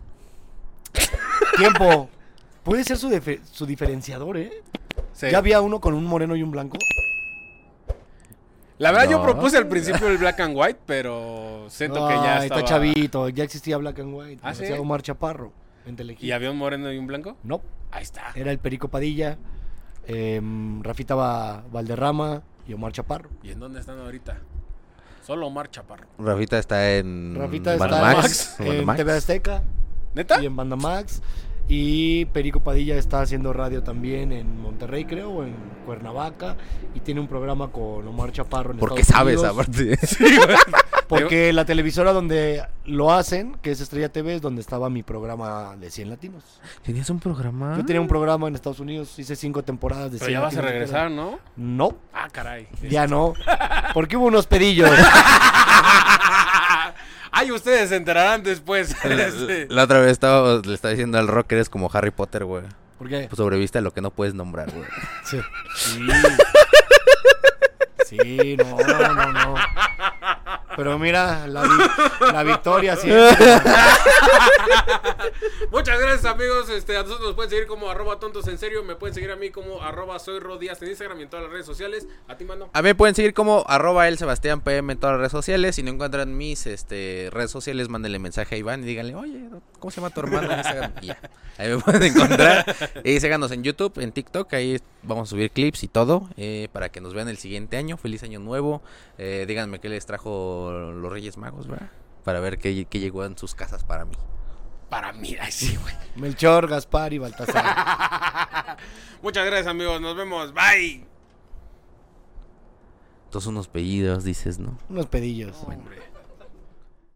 Tiempo. Puede ser su, defe- su diferenciador, ¿eh?
Sí.
Ya había uno con un moreno y un blanco.
La verdad, yo
No.
propuse al principio el black and white, pero siento que ya
Ay,
estaba...
está chavito. Ya existía Black and White.
¿Ah,
Ah,
sí?
Omar Chaparro en Telejito.
¿Y había un moreno y un blanco?
No,
Ahí está.
era el Perico Padilla, em, Rafita Va- Valderrama y Omar Chaparro.
¿Y en dónde están ahorita? Solo Omar Chaparro.
Rafita está en.
Rafita está
Mm, Banda
en
Max, Banda
en
Max.
TV Azteca
¿Neta?
y en Banda Max. Y Perico Padilla está haciendo radio también en Monterrey, creo, o en Cuernavaca. Y tiene un programa con Omar Chaparro en
Porque
Estados
sabes,
Unidos.
aparte.
Porque la televisora donde lo hacen, que es Estrella TV, es donde estaba mi programa de 100 latinos.
¿Tenías un programa?
Yo tenía un programa en Estados Unidos, hice cinco temporadas de
Pero
100
ya vas a
latinos.
regresar, ¿no?
No,
Ah, caray.
ya no. Porque hubo unos pedillos.
Ay, ustedes se enterarán después. Este,
La,
Sí.
la otra vez estaba, le estaba diciendo al rock que eres como Harry Potter, güey.
¿Por qué?
Pues sobreviste a lo que no puedes nombrar, güey.
Sí. Sí, no, no, no. Pero mira, la, vi- la victoria sí.
Muchas gracias, amigos. Este, a nosotros nos pueden seguir como arroba tontos en serio. Me pueden seguir a mí como arroba soy Rodías en Instagram y en todas las redes sociales. A ti, mano.
A mí me pueden seguir como arroba el Sebastián PM en todas las redes sociales. Si no encuentran mis este, redes sociales, mándenle mensaje a Iván y díganle, oye, ¿cómo se llama tu hermano? en Instagram?" Y ya. Ahí me pueden encontrar. y síganos en YouTube, en TikTok. Ahí vamos a subir clips y todo eh, para que nos vean el siguiente año. Feliz año nuevo. Eh, díganme qué les trajo los Reyes Magos, ¿verdad? Para ver qué, qué llegó en sus casas para mí.
Para mí, ay, sí, güey.
Melchor, Gaspar y Baltasar.
Muchas gracias, amigos. Nos vemos. Bye.
Todos unos pedidos, dices, ¿no?
Unos pedillos.
Hombre.